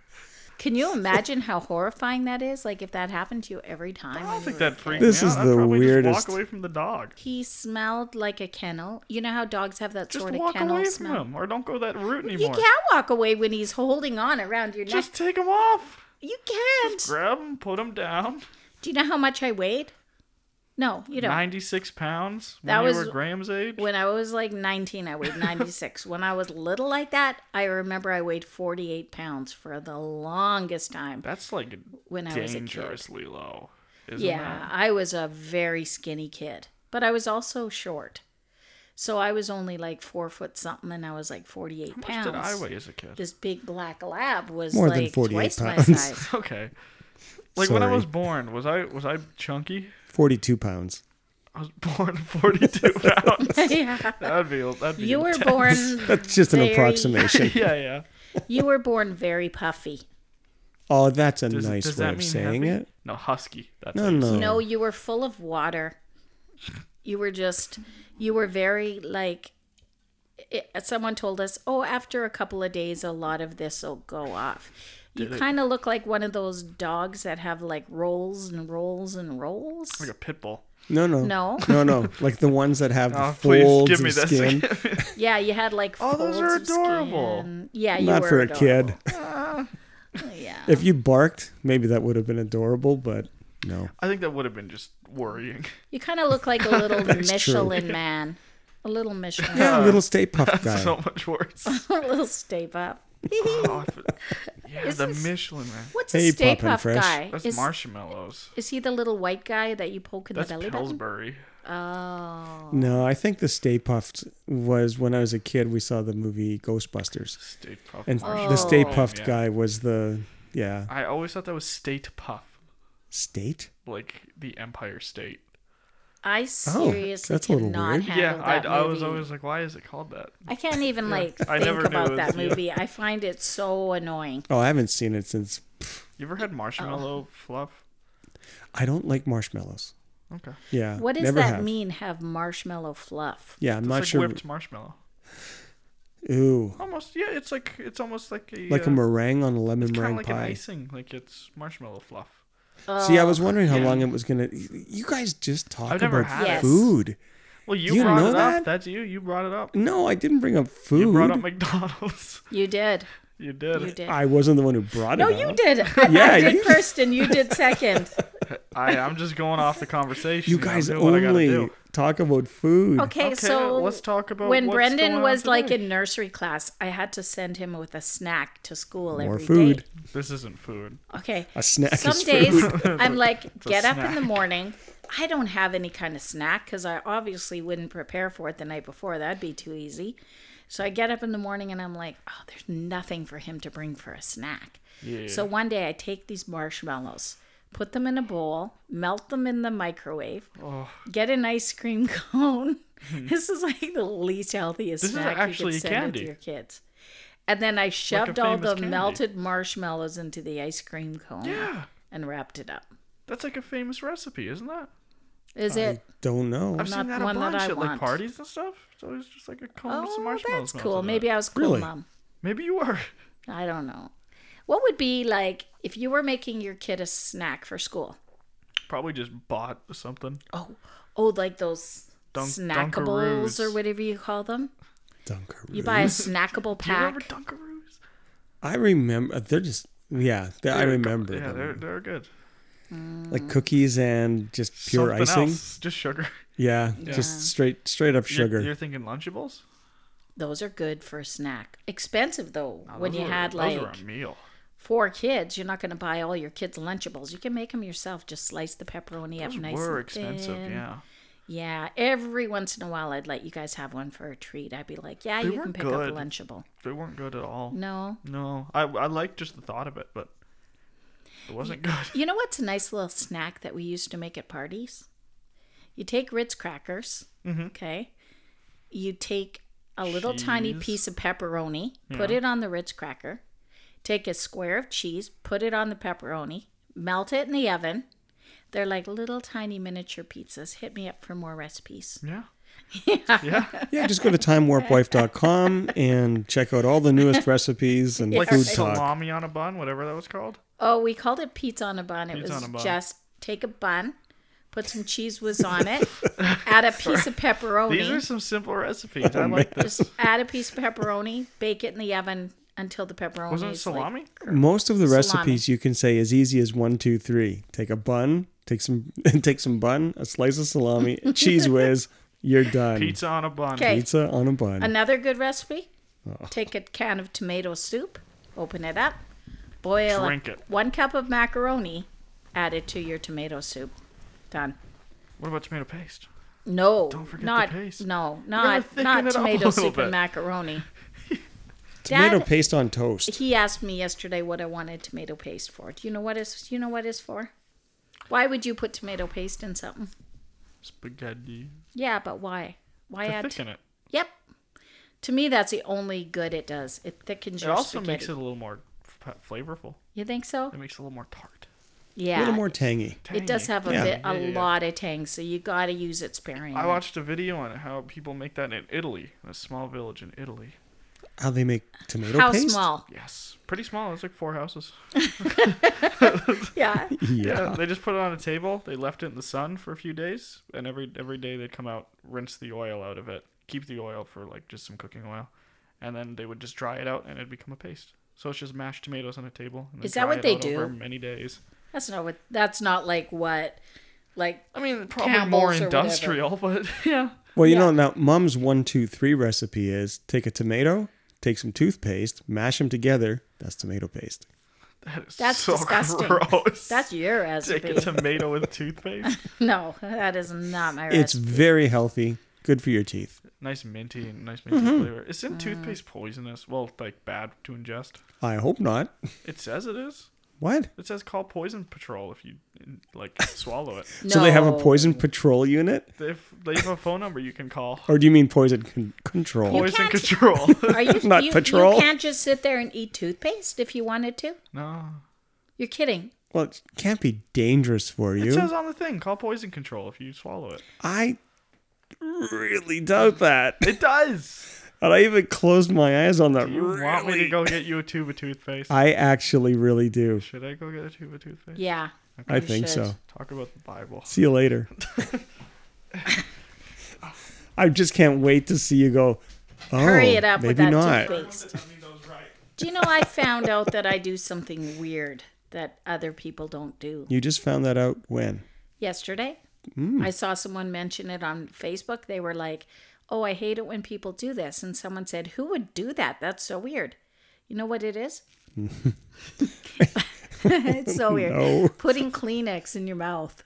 Speaker 1: Can you imagine how horrifying that is? Like if that happened to you every time.
Speaker 3: I
Speaker 1: when
Speaker 3: don't
Speaker 1: you
Speaker 3: think
Speaker 1: were a
Speaker 3: that freaks
Speaker 1: kid.
Speaker 2: This
Speaker 3: me
Speaker 2: is
Speaker 3: out.
Speaker 2: the
Speaker 3: I'd probably
Speaker 2: weirdest-
Speaker 3: Just walk away from the dog.
Speaker 1: He smelled like a kennel. You know how dogs have that
Speaker 3: Just
Speaker 1: sort of
Speaker 3: walk
Speaker 1: kennel
Speaker 3: away
Speaker 1: smell.
Speaker 3: from him, or don't go that route
Speaker 1: You
Speaker 3: anymore.
Speaker 1: can't walk away when he's holding on around your neck.
Speaker 3: Just take him off.
Speaker 1: you can't.
Speaker 3: Grab him, put him down.
Speaker 1: Do you know how much I weighed? No, you don't.
Speaker 3: Ninety-six pounds. When
Speaker 1: That
Speaker 3: you
Speaker 1: was-
Speaker 3: were Graham's age.
Speaker 1: When I was like 19, I weighed 96. when I was little like that, I remember I weighed 48 pounds for the longest time
Speaker 3: That's like
Speaker 1: when I was a kid.
Speaker 3: dangerously low. Isn't
Speaker 1: Yeah,
Speaker 3: That?
Speaker 1: I was a very skinny kid, but I was also short. So I was only like four foot something, and I was like 48
Speaker 3: How much
Speaker 1: pounds.
Speaker 3: did I weigh as a kid?
Speaker 1: This big black lab was
Speaker 2: More than
Speaker 1: like
Speaker 2: 48
Speaker 1: twice my
Speaker 2: pounds.
Speaker 1: size.
Speaker 3: Okay. Like when I
Speaker 2: Sorry.
Speaker 3: was born, was I was I chunky?
Speaker 2: 42 pounds.
Speaker 3: I was born 42 pounds.
Speaker 1: yeah.
Speaker 3: That'd be that'd be
Speaker 1: You were
Speaker 3: intense.
Speaker 1: born.
Speaker 2: That's just an
Speaker 1: Very-
Speaker 2: approximation.
Speaker 3: Yeah, yeah.
Speaker 1: You were born very puffy.
Speaker 2: Oh, that's a
Speaker 3: Does,
Speaker 2: nice
Speaker 3: does
Speaker 2: way
Speaker 3: that
Speaker 2: of
Speaker 3: mean
Speaker 2: saying
Speaker 3: heavy?
Speaker 2: it.
Speaker 3: No, husky. That's
Speaker 2: No,
Speaker 3: how you say
Speaker 2: no.
Speaker 1: No, you were full of water. You were just, you were very like, it, someone told us, oh, after a couple of days, a lot of this will go off. You kind of look like one of those dogs that have like rolls and rolls and rolls.
Speaker 3: it. Like a pit bull.
Speaker 2: No, no,
Speaker 1: No.
Speaker 2: no, no. Like the ones that have the
Speaker 3: Oh, please
Speaker 2: folds
Speaker 3: give me
Speaker 2: of
Speaker 3: this.
Speaker 2: skin.
Speaker 1: Yeah, you had like
Speaker 3: Oh, those are
Speaker 1: folds of
Speaker 3: adorable.
Speaker 1: skin. Yeah, you
Speaker 2: Not
Speaker 1: were
Speaker 2: for a
Speaker 1: adorable. Oh,
Speaker 2: kid.
Speaker 1: Yeah.
Speaker 2: If you barked, maybe that would have been adorable, but no.
Speaker 3: I think that would have been just worrying.
Speaker 1: You kind of look like a little Michelin
Speaker 2: true.
Speaker 1: man, a little Michelin,
Speaker 2: Yeah,
Speaker 3: Uh,
Speaker 2: little Stay Puff guy.
Speaker 3: so much worse.
Speaker 1: a little Stay Puff.
Speaker 3: Oh, I feel- yeah, the
Speaker 1: Isn't-
Speaker 3: Michelin man.
Speaker 1: What's
Speaker 2: Hey,
Speaker 1: a Stay
Speaker 2: Poppin'
Speaker 1: Puff
Speaker 2: Fresh.
Speaker 1: guy?
Speaker 3: That's
Speaker 1: Is,
Speaker 3: marshmallows.
Speaker 1: is he the little white guy that you poke in
Speaker 3: That's
Speaker 1: the belly button?
Speaker 3: Pillsbury.
Speaker 1: Oh,
Speaker 2: No, I think the Stay Puffed was when I was a kid. We saw the movie Ghostbusters,
Speaker 3: State puff.
Speaker 2: and
Speaker 3: marshmallow
Speaker 2: the Stay
Speaker 1: Oh.
Speaker 3: man,
Speaker 2: Puffed
Speaker 3: yeah.
Speaker 2: guy was the yeah
Speaker 3: I always thought that was state puff,
Speaker 2: state.
Speaker 3: like the Empire State.
Speaker 1: I seriously
Speaker 2: that's a little
Speaker 1: cannot
Speaker 2: weird.
Speaker 1: handle
Speaker 3: Yeah, I,
Speaker 1: that
Speaker 3: I was
Speaker 1: movie.
Speaker 3: always like, why is it called that?
Speaker 1: I can't even like
Speaker 3: I
Speaker 1: think
Speaker 3: never knew it
Speaker 1: about that
Speaker 3: was- yeah.
Speaker 1: movie. I find it so annoying.
Speaker 2: Oh, I haven't seen it since.
Speaker 3: You ever had
Speaker 1: Oh.
Speaker 3: marshmallow fluff?
Speaker 2: I don't like marshmallows.
Speaker 3: Okay,
Speaker 2: Yeah.
Speaker 1: What does
Speaker 2: never
Speaker 1: that
Speaker 2: have.
Speaker 1: mean? Have marshmallow fluff?
Speaker 2: Yeah, I'm
Speaker 3: it's
Speaker 2: not
Speaker 3: like
Speaker 2: sure.
Speaker 3: whipped marshmallow.
Speaker 2: Ooh,
Speaker 3: Almost, yeah. It's like it's almost like a
Speaker 2: like a
Speaker 3: uh,
Speaker 2: meringue on a lemon
Speaker 3: It's kind
Speaker 2: meringue
Speaker 3: of like an
Speaker 2: pie.
Speaker 3: icing, like it's marshmallow fluff.
Speaker 2: See, I was wondering how
Speaker 3: Oh, yeah.
Speaker 2: long it was gonna. You guys just talk
Speaker 3: I've never
Speaker 2: about
Speaker 3: had
Speaker 1: it. Yes.
Speaker 2: food.
Speaker 3: Well, you,
Speaker 2: You
Speaker 3: brought
Speaker 2: know
Speaker 3: it
Speaker 2: that?
Speaker 3: up. That's you. You brought it up.
Speaker 2: No, I didn't bring up food.
Speaker 3: You brought up McDonald's.
Speaker 1: Oh, You did.
Speaker 3: You did.
Speaker 1: You did.
Speaker 2: I wasn't the one who brought
Speaker 1: no,
Speaker 2: it.
Speaker 1: you
Speaker 2: up.
Speaker 1: did.
Speaker 2: Yeah,
Speaker 1: I did
Speaker 2: you-
Speaker 1: first, and you did second.
Speaker 3: I, I'm just going off the conversation.
Speaker 2: You
Speaker 3: I'm
Speaker 2: guys
Speaker 3: doing what I gotta
Speaker 2: only
Speaker 3: do.
Speaker 2: talk about food.
Speaker 1: Okay,
Speaker 3: Okay,
Speaker 1: so
Speaker 3: let's talk about
Speaker 1: when
Speaker 3: what's going
Speaker 1: Brendan
Speaker 3: on
Speaker 1: was like
Speaker 3: today.
Speaker 1: in nursery class. I had to send him with a snack to school
Speaker 2: More
Speaker 1: every day.
Speaker 2: food.
Speaker 3: This isn't food.
Speaker 1: Okay.
Speaker 2: A snack is
Speaker 1: Some
Speaker 2: food.
Speaker 1: days I'm like,
Speaker 3: a
Speaker 1: get up in the
Speaker 3: snack.
Speaker 1: morning. I don't have any kind of snack because I obviously wouldn't prepare for it the night before. That'd be too easy. So I get up in the morning and I'm like, oh, there's nothing for him to bring for a snack.
Speaker 3: Yeah.
Speaker 1: So one day I take these marshmallows, put them in a bowl, melt them in the microwave,
Speaker 3: Oh, Hmm.
Speaker 1: get an ice cream cone. This is like the least healthiest
Speaker 3: This is
Speaker 1: snack
Speaker 3: actually
Speaker 1: you could send with
Speaker 3: candy.
Speaker 1: your kids. And then I shoved all
Speaker 3: famous
Speaker 1: the
Speaker 3: candy.
Speaker 1: melted marshmallows into the ice cream cone
Speaker 3: yeah.
Speaker 1: and wrapped it up.
Speaker 3: That's like a famous recipe, isn't that?
Speaker 1: Is it?
Speaker 2: Don't know.
Speaker 3: I've
Speaker 1: Not
Speaker 3: seen that a
Speaker 1: one that
Speaker 3: bunch
Speaker 1: I
Speaker 3: at like
Speaker 1: want.
Speaker 3: parties and stuff. It's always just like a cone with some
Speaker 1: Oh,
Speaker 3: marshmallows.
Speaker 1: that's cool.
Speaker 3: melted in
Speaker 1: Maybe
Speaker 3: it.
Speaker 1: I was cool,
Speaker 2: Really?
Speaker 1: mom.
Speaker 3: Maybe you are.
Speaker 1: I don't know. What would be like if you were making your kid a snack for school?
Speaker 3: Probably just bought something.
Speaker 1: Oh, oh, like those
Speaker 3: Dunk-
Speaker 1: snackables or
Speaker 3: Dunkaroos.
Speaker 1: whatever you call them.
Speaker 2: Dunkaroos.
Speaker 1: You buy a snackable
Speaker 3: Do you remember
Speaker 1: pack.
Speaker 3: Dunkaroos?
Speaker 2: I remember. They're just. Yeah, they- I
Speaker 3: They're go-
Speaker 2: remember.
Speaker 3: Yeah,
Speaker 2: them.
Speaker 3: they're they're good.
Speaker 2: like cookies and just pure
Speaker 3: Something
Speaker 2: icing.
Speaker 3: else, just sugar.
Speaker 2: Yeah,
Speaker 1: Yeah.
Speaker 2: just straight straight up
Speaker 3: You're-
Speaker 2: sugar.
Speaker 3: You're, thinking Lunchables?
Speaker 1: Those are good for a snack. Expensive though.
Speaker 3: Oh,
Speaker 1: when
Speaker 3: those
Speaker 1: you
Speaker 3: were-
Speaker 1: had
Speaker 3: those
Speaker 1: like
Speaker 3: were a meal.
Speaker 1: four kids, you're not going to buy all your kids lunchables. You can make them yourself. Just slice the pepperoni
Speaker 3: Those
Speaker 1: up nice.
Speaker 3: were
Speaker 1: and
Speaker 3: expensive.
Speaker 1: thin.
Speaker 3: Yeah,
Speaker 1: Yeah. Every once in a while, I'd let you guys have one for a treat. I'd be like, yeah,
Speaker 3: They
Speaker 1: you
Speaker 3: were
Speaker 1: can pick up a
Speaker 3: good.
Speaker 1: lunchable.
Speaker 3: they weren't good at all.
Speaker 1: No.
Speaker 3: No, I I like just the thought of it, but it wasn't good.
Speaker 1: You know what's a nice little snack that we used to make at parties? You take Ritz crackers,
Speaker 3: Mm-hmm.
Speaker 1: okay? You take a little tiny
Speaker 3: Cheese.
Speaker 1: piece of pepperoni, put it on the Ritz cracker. Take a square of cheese, put it on the pepperoni, melt it in the oven. They're like little tiny miniature pizzas. Hit me up for more recipes.
Speaker 3: Yeah,
Speaker 2: yeah, just go to timewarpwife.com and check out all the newest recipes and
Speaker 3: like
Speaker 2: food talk.
Speaker 3: salami on a bun, whatever that was called.
Speaker 1: Oh, we called it pizza on a bun. It
Speaker 3: Pizza
Speaker 1: was
Speaker 3: on a bun.
Speaker 1: just take a bun, put some cheese whiz on it, add a piece of pepperoni.
Speaker 3: These are some simple recipes. I like this.
Speaker 1: Just add a piece of pepperoni, bake it in the oven until the pepperoni
Speaker 3: Wasn't it
Speaker 1: is like-
Speaker 3: salami?
Speaker 2: Most of the
Speaker 1: Salami.
Speaker 2: recipes you can say as easy as one, two, three. Take a bun, take some take some bun, a slice of salami, cheese whiz, you're done. Pizza,
Speaker 3: Pizza on a bun.
Speaker 1: Okay.
Speaker 2: on a bun.
Speaker 1: Another good recipe:
Speaker 3: Oh.
Speaker 1: take a can of tomato soup, open it up, boil a-
Speaker 3: Drink it.
Speaker 1: one cup of macaroni, add it to your tomato soup. Done.
Speaker 3: What about tomato paste?
Speaker 1: No,
Speaker 3: Don't forget the
Speaker 1: not
Speaker 3: paste.
Speaker 1: no,
Speaker 3: gotta
Speaker 1: not
Speaker 3: thicken
Speaker 1: not
Speaker 3: it up a
Speaker 1: tomato
Speaker 3: little
Speaker 1: soup and
Speaker 3: bit.
Speaker 1: macaroni.
Speaker 2: tomato
Speaker 1: Dad,
Speaker 2: paste on toast.
Speaker 1: he asked me yesterday what I wanted tomato paste for. Do you know what is? You know what is for? Why would you put tomato paste in something?
Speaker 3: Spaghetti.
Speaker 1: Yeah, but why? Why
Speaker 3: To
Speaker 1: add?
Speaker 3: thicken it.
Speaker 1: Yep. To me, that's the only good it does. It thickens
Speaker 3: It
Speaker 1: your
Speaker 3: also
Speaker 1: spaghetti.
Speaker 3: makes it a little more f- flavorful.
Speaker 1: you think so?
Speaker 3: It makes it a little more tart.
Speaker 1: Yeah.
Speaker 2: A little more tangy.
Speaker 1: It does
Speaker 3: Tangy.
Speaker 1: have a
Speaker 2: Yeah.
Speaker 1: bit, a
Speaker 3: Yeah, yeah, yeah.
Speaker 1: lot of tang, so you got to use it sparingly.
Speaker 3: I watched a video on how people make that in Italy, in a small village in Italy.
Speaker 2: How they make tomato
Speaker 1: How
Speaker 2: paste?
Speaker 1: small?
Speaker 3: Yes, pretty small. It's like four houses.
Speaker 1: Yeah.
Speaker 3: Yeah,
Speaker 2: Yeah.
Speaker 3: they just put it on a table. They left it in the sun for a few days, and every every day they'd come out, rinse the oil out of it, keep the oil for like just some cooking oil, and then they would just dry it out, and it'd become a paste. So it's just mashed tomatoes on a table. And then
Speaker 1: Is that
Speaker 3: dry
Speaker 1: what
Speaker 3: it
Speaker 1: they
Speaker 3: out over
Speaker 1: do?
Speaker 3: Many days.
Speaker 1: That's not what. That's not like what, like
Speaker 3: I mean, probably more
Speaker 1: Campbell's or whatever.
Speaker 3: industrial, but yeah.
Speaker 2: Well, you
Speaker 1: Yeah.
Speaker 2: know now, Mom's one, two, three recipe is take a tomato, take some toothpaste, mash them together. That's tomato paste.
Speaker 3: That is
Speaker 1: That's
Speaker 3: so
Speaker 1: disgusting.
Speaker 3: gross.
Speaker 1: that's your
Speaker 3: Take
Speaker 1: recipe.
Speaker 3: a tomato with toothpaste.
Speaker 1: no, that is not my
Speaker 2: It's
Speaker 1: recipe.
Speaker 2: very healthy, good for your teeth.
Speaker 3: nice minty, nice minty flavor. Isn't toothpaste poisonous? Well, like bad to ingest.
Speaker 2: I hope not.
Speaker 3: It says it is.
Speaker 2: What?
Speaker 3: It says call poison patrol if you like swallow it.
Speaker 1: No.
Speaker 2: So they have a poison patrol unit,
Speaker 3: If they have a phone number you can call.
Speaker 2: or do you mean poison con- control?
Speaker 3: Poison
Speaker 1: can't-
Speaker 3: control.
Speaker 1: Are you
Speaker 2: Not
Speaker 1: you,
Speaker 2: patrol.
Speaker 1: You can't just sit there and eat toothpaste if you wanted to.
Speaker 3: no.
Speaker 1: You're kidding.
Speaker 2: Well, it can't be dangerous for
Speaker 3: It says
Speaker 2: you.
Speaker 3: on the thing, call poison control if you swallow it.
Speaker 2: I really doubt that.
Speaker 3: It does.
Speaker 2: And I even closed my eyes on that.
Speaker 3: You want me to
Speaker 2: really.
Speaker 3: go get you a tube of toothpaste?
Speaker 2: I actually really do.
Speaker 3: Should I go get a tube of toothpaste?
Speaker 1: Yeah.
Speaker 3: Oh,
Speaker 2: I
Speaker 1: You
Speaker 2: think
Speaker 1: should.
Speaker 2: so.
Speaker 3: Talk about the Bible.
Speaker 2: See you later. I just can't wait to see you go. Oh,
Speaker 1: Hurry it up with
Speaker 2: maybe
Speaker 1: that
Speaker 2: not.
Speaker 1: toothpaste.
Speaker 3: Tell me those right.
Speaker 1: Do you know I found out that I do something weird that other people don't do?
Speaker 2: You just found that out when?
Speaker 1: yesterday.
Speaker 2: Mm.
Speaker 1: I saw someone mention it on Facebook. They were like, "Oh, I hate it when people do this." And someone said, "Who would do that? That's so weird." You know what it is? it's so weird.
Speaker 2: No. Oh,
Speaker 1: Putting Kleenex in your mouth.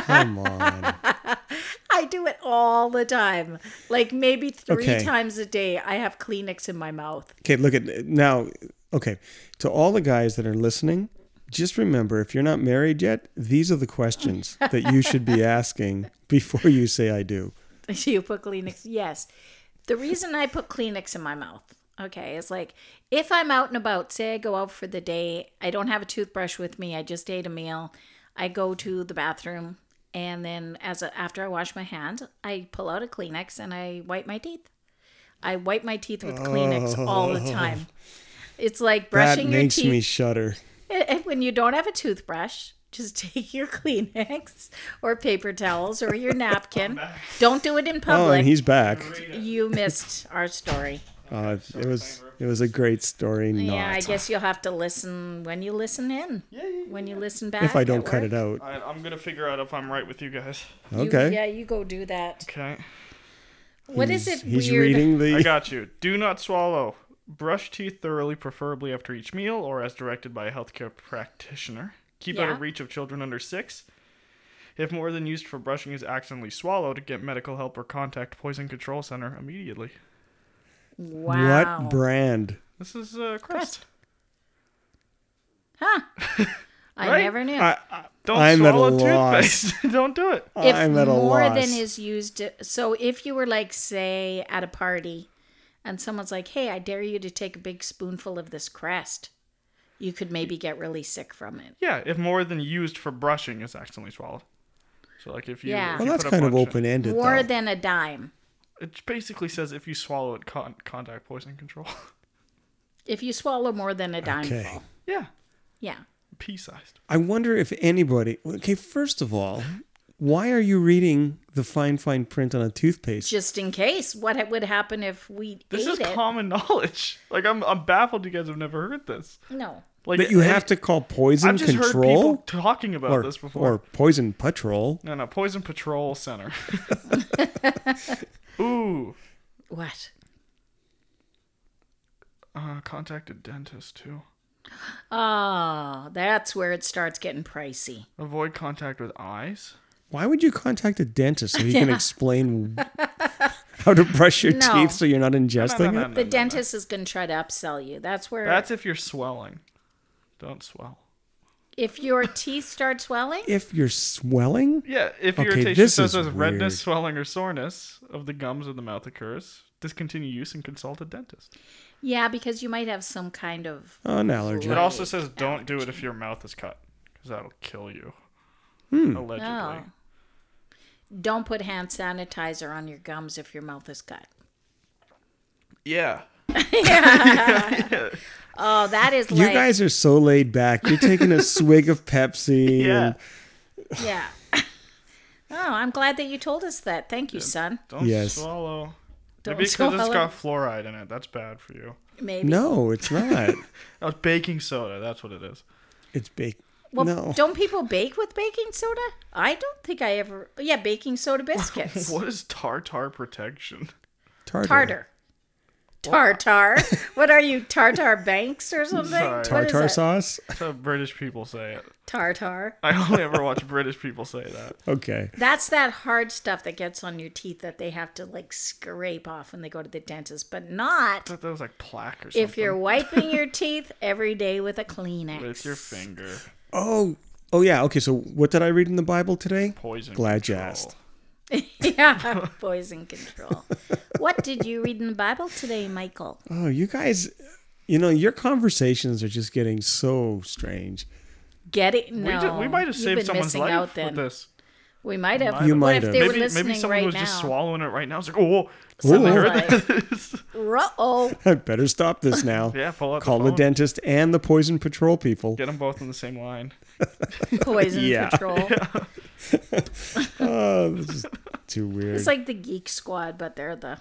Speaker 2: Come on.
Speaker 1: I do it all the time. Like maybe 3
Speaker 2: Okay.
Speaker 1: times a day I have Kleenex in my mouth.
Speaker 2: Okay, look at now. Okay, to all the guys that are listening, just remember if you're not married yet, these are the questions that you should be asking before you say I do.
Speaker 1: Do you put Kleenex? Yes. The reason I put Kleenex in my mouth, okay, is like if I'm out and about, say I go out for the day, I don't have a toothbrush with me, I just ate a meal, I go to the bathroom, and then as a, after I wash my hands, I pull out a Kleenex and I wipe my teeth. I wipe my teeth with Kleenex all the time. It's like brushing
Speaker 2: Oh. that
Speaker 1: your
Speaker 2: makes
Speaker 1: teeth.
Speaker 2: me shudder.
Speaker 1: And- and when you don't have a toothbrush, just take your Kleenex or paper towels or your napkin. Don't do it in
Speaker 2: Oh,
Speaker 1: public.
Speaker 2: and he's back.
Speaker 1: You missed our story.
Speaker 2: Uh, it was it was a great story. Not
Speaker 1: Yeah, I guess you'll have to listen when you listen in.
Speaker 3: Yeah, yeah,
Speaker 1: When you listen back.
Speaker 2: if I don't cut it out.
Speaker 3: I, I'm gonna figure out if I'm right with you guys.
Speaker 2: Okay.
Speaker 1: yeah, you go do that.
Speaker 3: Okay.
Speaker 1: What is it
Speaker 2: He's
Speaker 1: weird?
Speaker 2: reading the.
Speaker 3: I got you. Do not swallow. Brush teeth thoroughly, preferably after each meal or as directed by a healthcare practitioner. Keep out
Speaker 1: Yeah.
Speaker 3: of reach of children under six. If more than used for brushing is accidentally swallowed, get medical help or contact Poison Control Center immediately.
Speaker 1: Wow.
Speaker 2: What brand?
Speaker 3: This is uh, Crest.
Speaker 1: huh. I
Speaker 3: Right?
Speaker 1: never knew.
Speaker 2: I,
Speaker 3: Don't
Speaker 2: I'm at a
Speaker 3: swallow
Speaker 2: loss.
Speaker 3: toothpaste. Don't do it.
Speaker 1: if
Speaker 2: I'm at a
Speaker 1: more
Speaker 2: loss.
Speaker 1: than is used so if you were like say at a party and someone's like hey i dare you to take a big spoonful of this crest you could maybe get really sick from it
Speaker 3: Yeah, if more than used for brushing is accidentally swallowed. So, like, if you.
Speaker 1: Yeah.
Speaker 3: if
Speaker 2: well,
Speaker 3: you
Speaker 2: that's
Speaker 3: put a
Speaker 2: kind of
Speaker 3: bunch
Speaker 2: open ended.
Speaker 1: more
Speaker 2: though.
Speaker 1: than a dime
Speaker 3: It basically says if you swallow it, con- contact Poison Control.
Speaker 1: if you swallow more than a dime
Speaker 2: Okay.
Speaker 3: yeah,
Speaker 1: yeah
Speaker 3: pea sized.
Speaker 2: I wonder if anybody. Okay, first of all, why are you reading the fine, fine print on a toothpaste?
Speaker 1: just in case what ha- would happen if we
Speaker 3: This
Speaker 1: ate
Speaker 3: is
Speaker 1: it
Speaker 3: common knowledge. Like I'm, I'm baffled you guys have never heard this.
Speaker 1: no
Speaker 3: Like
Speaker 2: that you
Speaker 3: I-
Speaker 2: have to call poison
Speaker 3: I've just
Speaker 2: control
Speaker 3: heard people talking about
Speaker 2: or,
Speaker 3: this before.
Speaker 2: or poison patrol.
Speaker 3: No, no, Poison Patrol Center. Ooh,
Speaker 1: what
Speaker 3: uh, contacted dentist too.
Speaker 1: oh that's where it starts getting pricey
Speaker 3: Avoid contact with eyes.
Speaker 2: Why would you contact a dentist so he can explain how to brush your
Speaker 1: No.
Speaker 2: teeth so you're not
Speaker 3: No,
Speaker 2: ingesting
Speaker 3: no, no,
Speaker 2: it?
Speaker 3: no,
Speaker 1: the
Speaker 3: no, no.
Speaker 1: dentist is going to try to upsell you that's where
Speaker 3: That's if you're swelling. Don't swell.
Speaker 1: If your teeth start swelling,
Speaker 2: If you're swelling,
Speaker 3: Yeah, if
Speaker 2: Okay,
Speaker 3: irritation
Speaker 2: this
Speaker 3: such
Speaker 2: is
Speaker 3: as redness,
Speaker 2: weird.
Speaker 3: swelling, or soreness of the gums or the mouth occurs, discontinue use and consult a dentist.
Speaker 1: yeah, because you might have some kind of
Speaker 2: oh, an allergy.
Speaker 3: It
Speaker 1: Right.
Speaker 3: also says don't do it if your mouth is cut, because that'll kill you.
Speaker 2: Hmm.
Speaker 3: Allegedly.
Speaker 1: oh. Don't put hand sanitizer on your gums if your mouth is cut.
Speaker 3: Yeah.
Speaker 1: Oh, that is
Speaker 2: You
Speaker 1: like
Speaker 2: guys are so laid back. You're taking a swig of Pepsi.
Speaker 3: Yeah.
Speaker 2: And
Speaker 1: yeah. oh, I'm glad that you told us that. Thank you, son.
Speaker 3: Don't
Speaker 2: Yes.
Speaker 3: swallow.
Speaker 1: Don't
Speaker 3: Maybe because it's
Speaker 1: swallow.
Speaker 3: got fluoride in it. That's bad for you.
Speaker 1: Maybe.
Speaker 2: no, it's not.
Speaker 3: Oh, it's baking soda. That's what it is.
Speaker 2: It's baked.
Speaker 1: Well,
Speaker 2: no.
Speaker 1: don't people bake with baking soda? I don't think I ever. Yeah, baking soda biscuits.
Speaker 3: What is tartar protection?
Speaker 2: Tartar.
Speaker 1: Tartar. Tartar. what are you, Tartar Banks or something?
Speaker 3: Sorry.
Speaker 1: What is
Speaker 2: Tartar
Speaker 1: it?
Speaker 2: sauce?
Speaker 3: That's how British people say it.
Speaker 1: Tartar.
Speaker 3: I only ever watch British people say that.
Speaker 2: Okay.
Speaker 1: That's that hard stuff that gets on your teeth that they have to like scrape off when they go to the dentist, but not
Speaker 3: I thought that was like plaque or something.
Speaker 1: if you're wiping your teeth every day with a Kleenex.
Speaker 3: with your finger.
Speaker 2: Oh, oh yeah. Okay. So what did I read in the Bible today?
Speaker 3: Poison.
Speaker 2: Glad you
Speaker 3: control.
Speaker 2: asked.
Speaker 1: yeah, poison control. what did you read in the Bible today, Michael?
Speaker 2: Oh, you guys, you know your conversations are just getting so strange.
Speaker 1: Get it? No,
Speaker 3: We, did, we might have
Speaker 1: You've
Speaker 3: saved
Speaker 1: been
Speaker 3: someone's
Speaker 1: missing
Speaker 3: life
Speaker 1: out then.
Speaker 3: with this.
Speaker 1: We might have.
Speaker 3: You
Speaker 1: what
Speaker 2: might
Speaker 1: if
Speaker 2: have.
Speaker 1: they were
Speaker 3: Maybe
Speaker 1: listening
Speaker 3: maybe someone
Speaker 1: right
Speaker 3: was
Speaker 1: now?
Speaker 3: just swallowing it right now. It's like, oh,
Speaker 1: Someone's
Speaker 2: Ooh.
Speaker 1: like, oh,
Speaker 2: I better stop this now.
Speaker 3: yeah, pull out
Speaker 2: Call
Speaker 3: the
Speaker 2: the
Speaker 3: phone.
Speaker 2: dentist and the poison patrol people.
Speaker 3: Get them both on the same line.
Speaker 1: poison
Speaker 2: Yeah.
Speaker 1: control.
Speaker 2: Oh, this is too weird.
Speaker 1: It's like the Geek Squad, but they're the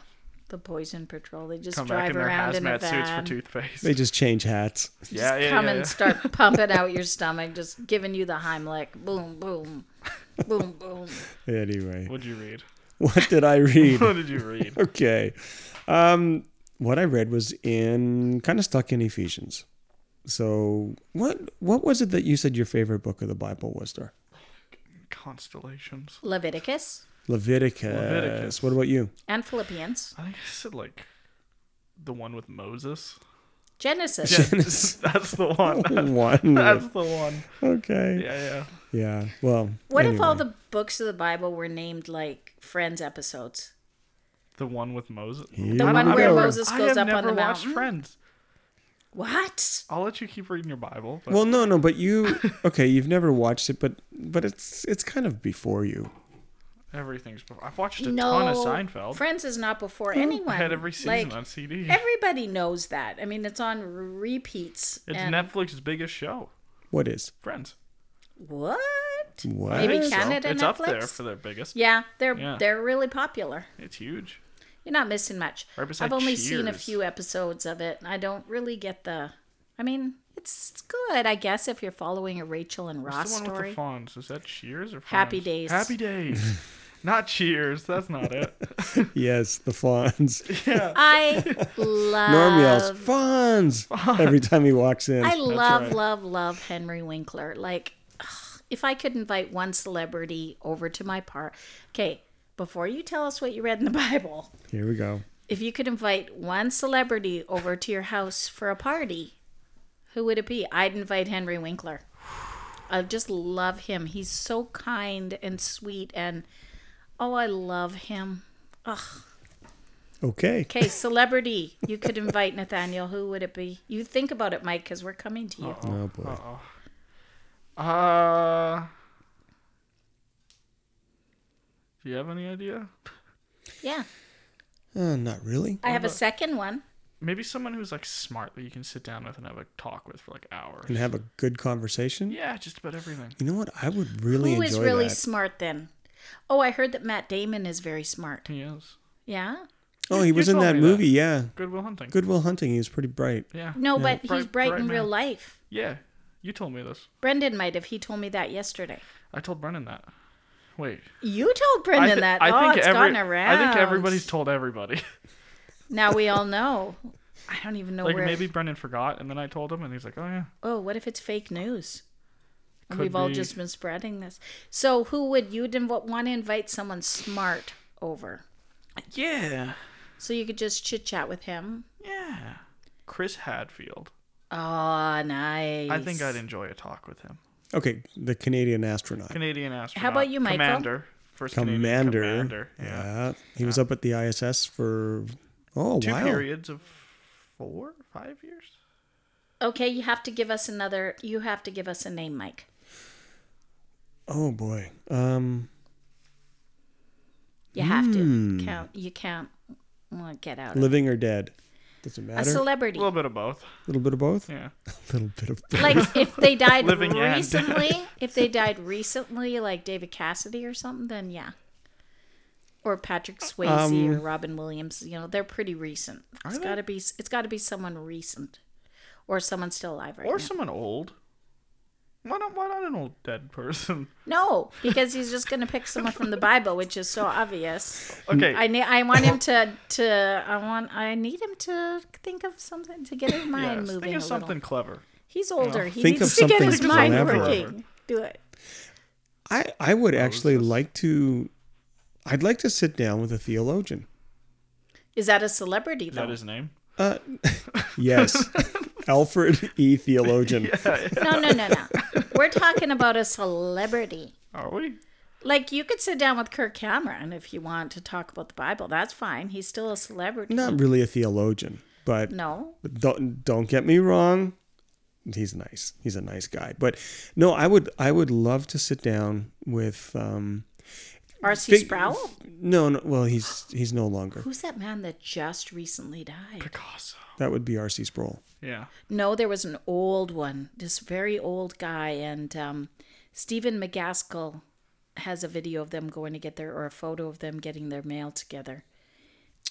Speaker 1: the poison patrol. They just
Speaker 3: Come back
Speaker 1: drive
Speaker 3: in their
Speaker 1: around in a
Speaker 3: hazmat
Speaker 1: van.
Speaker 3: suits for toothpaste.
Speaker 2: they just change hats.
Speaker 3: yeah, yeah,
Speaker 1: come
Speaker 3: yeah,
Speaker 1: and
Speaker 3: yeah.
Speaker 1: start pumping out your stomach, just giving you the Heimlich. Boom, boom, boom, boom.
Speaker 2: Anyway,
Speaker 3: What'd you read?
Speaker 2: what did I read?
Speaker 3: What did you read?
Speaker 2: okay. Um, what I read was in kind of stuck in Ephesians. So what what was it that you said your favorite book of the Bible was, Dar?
Speaker 3: Constellations.
Speaker 1: Leviticus
Speaker 2: Leviticus.
Speaker 3: Leviticus.
Speaker 2: What about you?
Speaker 1: and Philippians,
Speaker 3: I think I said like the one with Moses.
Speaker 1: Genesis.
Speaker 2: Genesis
Speaker 3: That's the one.
Speaker 2: one.
Speaker 3: That's the one.
Speaker 2: Okay.
Speaker 3: Yeah, yeah.
Speaker 2: Yeah. Well.
Speaker 1: What if all
Speaker 2: anyway.
Speaker 1: the books of the Bible were named like Friends episodes?
Speaker 3: The one with Moses.
Speaker 2: Here
Speaker 1: the
Speaker 2: we
Speaker 1: one where
Speaker 2: go.
Speaker 1: Moses
Speaker 3: I
Speaker 1: goes
Speaker 3: have
Speaker 1: up on
Speaker 3: never
Speaker 1: the
Speaker 3: watched
Speaker 1: mountain?
Speaker 3: Friends.
Speaker 1: What?
Speaker 3: I'll let you keep reading your Bible. But
Speaker 2: Well, no, no, but you okay? You've never watched it, but but it's it's kind of before you.
Speaker 3: everything's. before- I've watched a
Speaker 1: no.
Speaker 3: ton of Seinfeld.
Speaker 1: Friends is not before anyone.
Speaker 3: I had every season
Speaker 1: Like,
Speaker 3: on CD.
Speaker 1: Everybody knows that. I mean, it's on repeats.
Speaker 3: it's
Speaker 1: and
Speaker 3: Netflix's biggest show.
Speaker 2: What is
Speaker 3: Friends.
Speaker 1: what?
Speaker 2: what?
Speaker 3: I think so.
Speaker 1: Canada
Speaker 3: It's up there
Speaker 1: Netflix?
Speaker 3: for their biggest.
Speaker 1: Yeah, they're
Speaker 3: Yeah.
Speaker 1: they're really popular.
Speaker 3: It's huge.
Speaker 1: You're not missing much.
Speaker 3: Right beside
Speaker 1: I've only seen a
Speaker 3: Cheers.
Speaker 1: few episodes of it, and I don't really get the. I mean, it's it's good, I guess, if you're following a Rachel and
Speaker 3: What's
Speaker 1: Ross
Speaker 3: the one
Speaker 1: story.
Speaker 3: with the Fonz? Is that Cheers or Fonz?
Speaker 1: Happy Days.
Speaker 3: Happy Days. not Cheers. That's not it.
Speaker 2: Yes, the Fonz.
Speaker 1: I love.
Speaker 2: Norm yells Fonz every time he walks in.
Speaker 1: Um, I love,
Speaker 3: right.
Speaker 1: love, love Henry Winkler. Like, ugh, if I could invite one celebrity over to my part. Okay, before you tell us what you read in the Bible,
Speaker 2: Here we go.
Speaker 1: if you could invite one celebrity over to your house for a party, who would it be? I'd invite Henry Winkler. I just love him. He's so kind and sweet, and oh, I love him.
Speaker 2: Okay.
Speaker 1: Okay, celebrity, you could invite Nathaniel. Who would it be? You think about it, Mike, because we're coming to you.
Speaker 2: Oh boy.
Speaker 3: Uh. Do you have any idea?
Speaker 1: Yeah.
Speaker 2: Uh, not really.
Speaker 1: I have a second one.
Speaker 3: Maybe someone who's like smart that you can sit down with and have a talk with for like hours.
Speaker 2: And have a good conversation.
Speaker 3: Yeah, just about everything.
Speaker 2: You know what? I would really
Speaker 1: Who
Speaker 2: enjoy
Speaker 1: is really
Speaker 2: that.
Speaker 1: smart then? Oh, I heard that Matt Damon is very smart.
Speaker 3: He is.
Speaker 1: Yeah?
Speaker 2: oh, he
Speaker 3: you
Speaker 2: was in
Speaker 3: told
Speaker 2: that
Speaker 3: me that.
Speaker 2: movie. Yeah.
Speaker 3: Goodwill Hunting.
Speaker 2: Goodwill Hunting. He was pretty bright.
Speaker 3: Yeah.
Speaker 1: No, but he's
Speaker 3: Bright-
Speaker 1: bright,
Speaker 3: bright
Speaker 1: in real
Speaker 3: man.
Speaker 1: life.
Speaker 3: Yeah. You told me this.
Speaker 1: Brendan might have. He told me that yesterday.
Speaker 3: I told Brennan that. Wait.
Speaker 1: You told Brendan that. oh, it's
Speaker 3: every-
Speaker 1: gone around.
Speaker 3: I think everybody's told everybody.
Speaker 1: Now we all know. I don't even know
Speaker 3: like
Speaker 1: where.
Speaker 3: maybe Brendan forgot, and then I told him, and he's like, "Oh yeah."
Speaker 1: Oh, what if it's fake news? And
Speaker 3: Could
Speaker 1: We've all
Speaker 3: be.
Speaker 1: just been spreading this. So, who would you want to invite someone smart over?
Speaker 3: Yeah.
Speaker 1: So you could just chit chat with him.
Speaker 3: Yeah. Chris Hadfield.
Speaker 1: Oh, nice.
Speaker 3: I think I'd enjoy a talk with him.
Speaker 2: Okay, the Canadian astronaut.
Speaker 3: Canadian astronaut.
Speaker 1: about you, Michael?
Speaker 3: Commander. First Canadian
Speaker 2: Commander.
Speaker 3: commander.
Speaker 2: Yeah.
Speaker 3: Yeah.
Speaker 2: He was up at the ISS for oh
Speaker 3: Two
Speaker 2: wow.
Speaker 3: periods of four, five years.
Speaker 1: Okay, you have to give us another. You have to give us a name, Mike.
Speaker 2: Oh boy. Um
Speaker 1: You have to count. You can't. Well, get out. of
Speaker 2: living or dead. Doesn't
Speaker 1: A
Speaker 2: matter. A
Speaker 3: A
Speaker 1: celebrity.
Speaker 3: little bit of both.
Speaker 2: little bit of both?
Speaker 3: Yeah.
Speaker 2: A little bit of both.
Speaker 1: like if they died
Speaker 3: Living and
Speaker 1: recently, if they died recently, like David Cassidy or something, then yeah. Or Patrick Swayze or Robin Williams, you know, they're pretty recent. It's got to be it's got to be someone recent or someone still alive right
Speaker 3: Or
Speaker 1: now.
Speaker 3: someone old. Why not? Why not an old dead person?
Speaker 1: No, because he's just going to pick someone from the Bible, which is so obvious.
Speaker 3: Okay.
Speaker 1: I ne- I want him to to I want I need him to think of something to get his mind
Speaker 3: yes.
Speaker 1: moving
Speaker 3: Think of
Speaker 1: a
Speaker 3: something
Speaker 1: little.
Speaker 3: clever.
Speaker 1: He's older. He
Speaker 2: Think
Speaker 1: needs
Speaker 2: of
Speaker 1: to get
Speaker 2: something
Speaker 1: his mind
Speaker 2: clever.
Speaker 1: working. Do it.
Speaker 2: I I would actually like to I'd like to sit down with a theologian.
Speaker 1: Is that a celebrity
Speaker 3: Is that
Speaker 1: though?
Speaker 3: his name?
Speaker 2: Yes. Alfred E. Theologian.
Speaker 1: No, no, no, no. We're talking about a celebrity.
Speaker 3: Are we?
Speaker 1: Like you could sit down with Kirk Cameron if you want to talk about the Bible. That's fine. He's still a celebrity.
Speaker 2: Not really a theologian, but
Speaker 1: No.
Speaker 2: But don't don't get me wrong he's nice he's a nice guy but no i would i would love to sit down with um
Speaker 1: R.C.
Speaker 2: fig-
Speaker 1: Sproul.
Speaker 2: no no well he's he's no longer
Speaker 1: Who's that man that just recently died?
Speaker 3: Picasso.
Speaker 2: that would be rc sproul
Speaker 3: Yeah.
Speaker 1: No, there was an old one, this very old guy, and um, Stephen McGaskill has a video of them going to get their or a photo of them getting their mail together.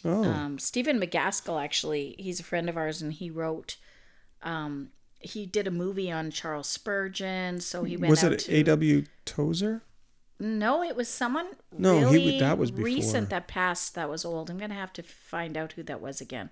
Speaker 2: oh
Speaker 1: um, Stephen McGaskill actually he's a friend of ours and he wrote um, he did a movie on Charles Spurgeon so he went
Speaker 2: was
Speaker 1: out
Speaker 2: it
Speaker 1: to
Speaker 2: aw tozer
Speaker 1: no it was someone
Speaker 2: No, he w-
Speaker 1: really
Speaker 2: that was before.
Speaker 1: recent that passed that was old I'm gonna have to find out who that was again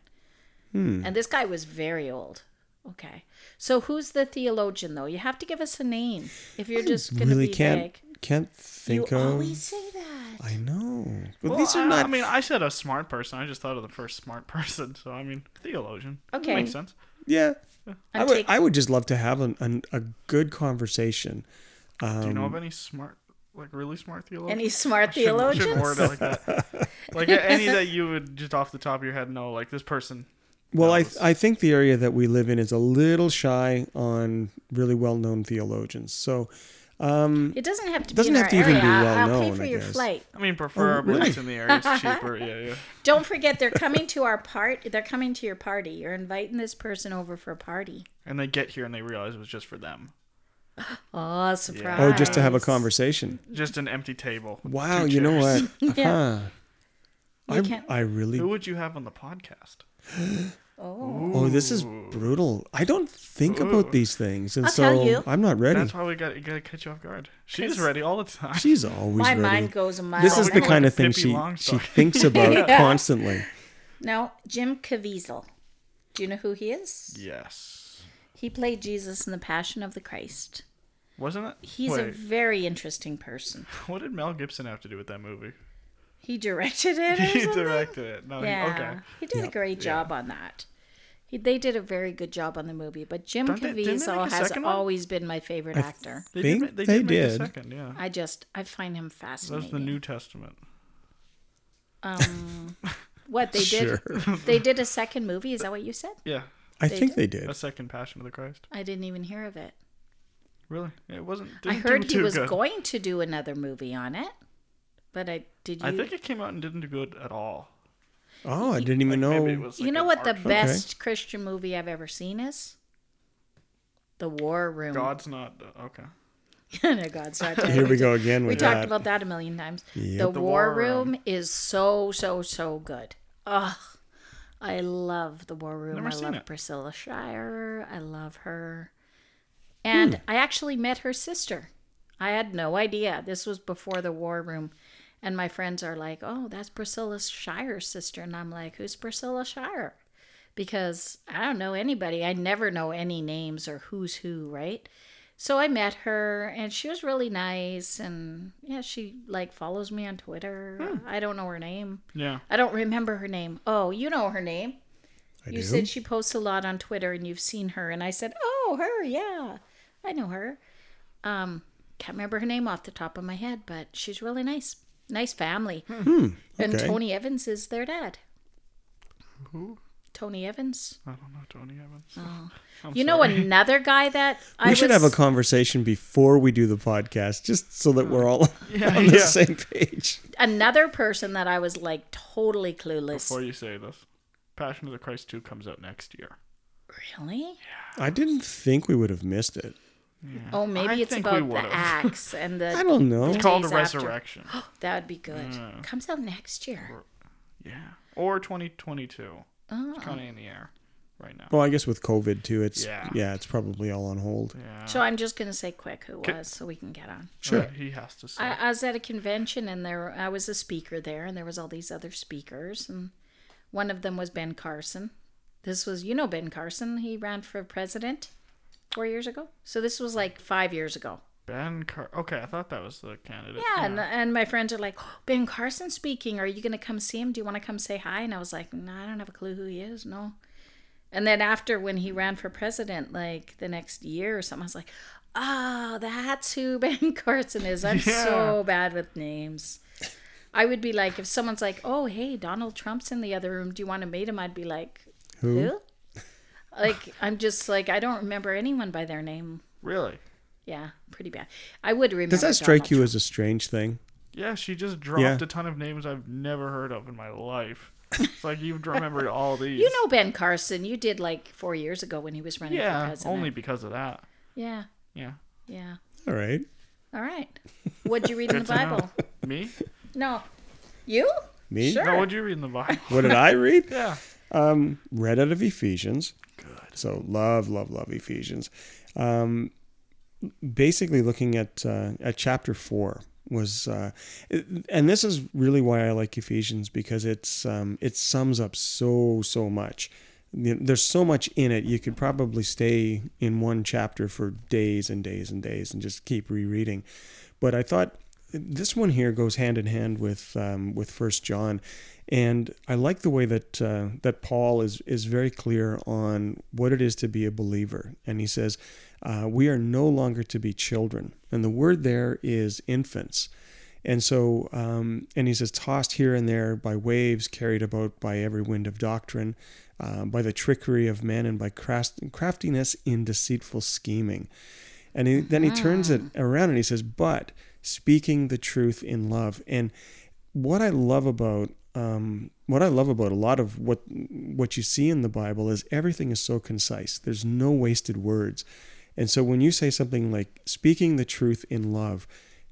Speaker 2: Hmm.
Speaker 1: and this guy was very old okay so who's the theologian though you have to give us a name if you're just gonna
Speaker 2: really
Speaker 1: be
Speaker 2: can't
Speaker 1: vague
Speaker 2: can't
Speaker 1: you
Speaker 2: think of
Speaker 1: always say that
Speaker 2: i know but
Speaker 3: Well,
Speaker 2: these
Speaker 3: I,
Speaker 2: are not
Speaker 3: I mean, I said a smart person. I just thought of the first smart person. So I mean, theologian.
Speaker 1: Okay.
Speaker 3: Makes sense.
Speaker 2: yeah i would
Speaker 1: taking-
Speaker 2: i would just love to have an, an, a good conversation
Speaker 3: Do you know of
Speaker 2: Um,
Speaker 3: any smart, like really smart theologians?
Speaker 1: any smart
Speaker 3: Shouldn't-
Speaker 1: theologians
Speaker 3: Shouldn't word it like that. Like any that you would just off the top of your head know, like this person.
Speaker 2: Well, I, I think the area that we live in is a little shy on really well known theologians. So,
Speaker 1: it doesn't have to
Speaker 2: Doesn't
Speaker 1: be in
Speaker 2: have
Speaker 1: our
Speaker 2: to even
Speaker 1: area
Speaker 2: be
Speaker 1: I'll-
Speaker 2: well
Speaker 1: I'll, pay
Speaker 2: known,
Speaker 1: for
Speaker 2: I
Speaker 1: your
Speaker 2: guess.
Speaker 1: flight
Speaker 3: I mean, preferably
Speaker 2: Oh, really?
Speaker 3: it's in the area it's cheaper. Yeah, yeah.
Speaker 1: Don't forget, they're coming to our part. They're coming to your party. You're inviting this person over for a party.
Speaker 3: And they get here and they realize it was just for them,
Speaker 1: Oh, surprise!
Speaker 2: oh, just to have a conversation.
Speaker 3: just an empty table. with
Speaker 2: Wow,
Speaker 3: two
Speaker 2: you know
Speaker 3: chairs.
Speaker 2: what?
Speaker 1: Yeah. You
Speaker 2: I,
Speaker 1: can't-
Speaker 2: I really.
Speaker 3: Who would you have on the podcast?
Speaker 1: Oh,
Speaker 2: Oh, this is brutal. I don't think about these things. And
Speaker 1: I'll
Speaker 2: so
Speaker 1: tell you.
Speaker 2: I'm not ready.
Speaker 3: That's why we got we got to catch you off guard. She's ready all the time.
Speaker 2: She's always
Speaker 1: my
Speaker 2: ready.
Speaker 1: mind goes a mile.
Speaker 2: this is the
Speaker 1: an hour.
Speaker 2: kind of thing
Speaker 3: Pippi
Speaker 2: she, she
Speaker 3: Longstocking.
Speaker 2: thinks about
Speaker 1: Yeah.
Speaker 2: constantly.
Speaker 1: Now, Jim Caviezel. Do you know who he is?
Speaker 3: Yes.
Speaker 1: He played Jesus in the Passion of the Christ.
Speaker 3: Wasn't it?
Speaker 1: He's a
Speaker 3: Wait,
Speaker 1: very interesting person.
Speaker 3: what did Mel Gibson have to do with that movie?
Speaker 1: He directed it. Or
Speaker 3: He
Speaker 1: something?
Speaker 3: directed it. No,
Speaker 1: Yeah,
Speaker 3: he, okay.
Speaker 1: he did a great job on that. He, they did a very good job on the movie, but Jim
Speaker 3: Don't they- didn't they
Speaker 1: Caviezel
Speaker 3: make a
Speaker 1: has
Speaker 3: second one?
Speaker 1: always been my favorite actor.
Speaker 3: They
Speaker 2: Think
Speaker 3: did. ma- They,
Speaker 2: they
Speaker 3: did. Make a
Speaker 2: did.
Speaker 3: second, yeah.
Speaker 1: I just I find him
Speaker 3: That was
Speaker 1: fascinating. Um,
Speaker 3: the New Testament.
Speaker 1: What they did?
Speaker 2: Sure.
Speaker 1: They did a second movie. Is that what you said?
Speaker 3: Yeah,
Speaker 2: I think they did.
Speaker 3: a second Passion of the Christ.
Speaker 1: I didn't even hear of it.
Speaker 3: Really? It wasn't.
Speaker 1: I
Speaker 3: didn't do
Speaker 1: heard he
Speaker 3: too
Speaker 1: was
Speaker 3: good.
Speaker 1: going to do another movie on it, but I did. You,
Speaker 3: I think it came out and didn't do good at all.
Speaker 2: Oh, I didn't even
Speaker 3: Maybe it
Speaker 2: know.
Speaker 3: was.
Speaker 1: you
Speaker 3: like
Speaker 1: know
Speaker 3: an
Speaker 1: what the
Speaker 3: art film.
Speaker 1: best Christian movie I've ever seen is? The War Room.
Speaker 3: God's not uh, okay.
Speaker 1: No, God's not dead.
Speaker 2: Here we go again
Speaker 1: We
Speaker 2: with
Speaker 1: talked
Speaker 2: that.
Speaker 1: about that a million times.
Speaker 2: Yep.
Speaker 1: The,
Speaker 3: The
Speaker 1: War,
Speaker 3: War
Speaker 1: Room, is so so so good. Ugh, I love the War Room.
Speaker 3: Never
Speaker 1: I
Speaker 3: seen
Speaker 1: love
Speaker 3: it.
Speaker 1: Priscilla Shire. I love her, and
Speaker 3: Hmm.
Speaker 1: I actually met her sister. I had no idea. This was before the War Room, and my friends are like, "Oh, that's Priscilla Shire's sister," and I'm like, "Who's Priscilla Shire?" Because I don't know anybody. I never know any names or who's who, right? so I met her and she was really nice and yeah, she like follows me on Twitter.
Speaker 3: Hmm.
Speaker 1: I don't know her name.
Speaker 3: Yeah.
Speaker 1: I don't remember her name. Oh, you know her name.
Speaker 2: I
Speaker 1: you
Speaker 2: do.
Speaker 1: said she posts a lot on Twitter and you've seen her and I said, "Oh, her, yeah. I know her." Um, can't remember her name off the top of my head, but she's really nice. Nice family. And
Speaker 2: Hmm.
Speaker 3: Hmm.
Speaker 2: okay.
Speaker 1: Tony Evans is their dad. Who? Tony Evans.
Speaker 3: I don't know Tony Evans.
Speaker 1: Oh. you know another guy that I
Speaker 2: We should
Speaker 1: was-
Speaker 2: have a conversation before we do the podcast, just so that we're all on the
Speaker 3: yeah.
Speaker 2: same page.
Speaker 1: another person that I was like totally clueless.
Speaker 3: Before you say this, Passion of the Christ 2 comes out next year.
Speaker 1: Really?
Speaker 2: I didn't think we would have missed it.
Speaker 1: Oh, maybe
Speaker 3: I
Speaker 1: it's
Speaker 3: think we
Speaker 1: about the
Speaker 3: would've.
Speaker 1: axe and
Speaker 2: I
Speaker 1: the.
Speaker 2: don't know.
Speaker 1: Days
Speaker 3: It's called a
Speaker 1: after.
Speaker 3: resurrection.
Speaker 1: That would be good. Comes out next year.
Speaker 3: yeah. Or 2022. It's
Speaker 1: Oh.
Speaker 3: kind of in the air right now.
Speaker 2: Well, I guess with COVID too, it's yeah,
Speaker 3: Yeah.
Speaker 2: it's probably all on hold.
Speaker 3: Yeah.
Speaker 1: So I'm just gonna say quick who
Speaker 3: Okay.
Speaker 1: was, so we can get on.
Speaker 2: Sure.
Speaker 3: Uh, He has to say.
Speaker 1: I, I was at a convention and there I was a speaker there, and there was all these other speakers, and one of them was Ben Carson. This was you know Ben Carson. He ran for president four years ago. So this was like five years ago.
Speaker 3: ben Car- Okay, I thought that was the candidate.
Speaker 1: Yeah, and, and my friends are like, "Oh, Ben Carson speaking. Are you going to come see him? Do you want to come say hi? And I was like, no, I don't have a clue who he is. No. And then after when he ran for president, like the next year or something, I was like, oh, that's who Ben Carson is. I'm so bad with names. I would be like, if someone's like, oh, hey, Donald Trump's in the other room. Do you want to meet him? I'd be like,
Speaker 2: Who?
Speaker 1: who? like, I'm just like, I don't remember anyone by their name.
Speaker 3: Really? Yeah.
Speaker 1: Yeah, pretty bad. I would remember.
Speaker 2: Does that strike
Speaker 1: Donald
Speaker 2: you
Speaker 1: Trump.
Speaker 2: as a strange thing?
Speaker 3: Yeah, she just dropped
Speaker 2: Yeah.
Speaker 3: a ton of names I've never heard of in my life. It's like you've remembered all these.
Speaker 1: You know Ben Carson. You did like four years ago when he was running for
Speaker 3: Yeah,
Speaker 1: president.
Speaker 3: only because of that.
Speaker 1: Yeah,
Speaker 3: Yeah.
Speaker 1: yeah.
Speaker 2: All right.
Speaker 1: All right. What'd you read in the
Speaker 3: Good to know.
Speaker 1: Bible?
Speaker 3: Me?
Speaker 1: No. You?
Speaker 2: Me?
Speaker 1: Sure.
Speaker 3: No, what'd you read in the Bible?
Speaker 2: What did I read?
Speaker 3: yeah.
Speaker 2: Um, read out of Ephesians. Good. So love, love, love Ephesians. Um, basically, looking at uh, at chapter four was, uh, and this is really why I like Ephesians because it's um, it sums up so so much. There's so much in it. You could probably stay in one chapter for days and days and days and just keep rereading. But I thought this one here goes hand in hand with um, with First John, and I like the way that uh, that Paul is is very clear on what it is to be a believer, and he says uh, we are no longer to be children, and the word there is infants. And so, um, and he says, tossed here and there by waves, carried about by every wind of doctrine, uh, by the trickery of men, and by crast- craftiness in deceitful scheming. And he, then he turns it around and he says, but speaking the truth in love. And what I love about um, what I love about a lot of what what you see in the Bible is everything is so concise. There's no wasted words, and so when you say something like "speaking the truth in love,"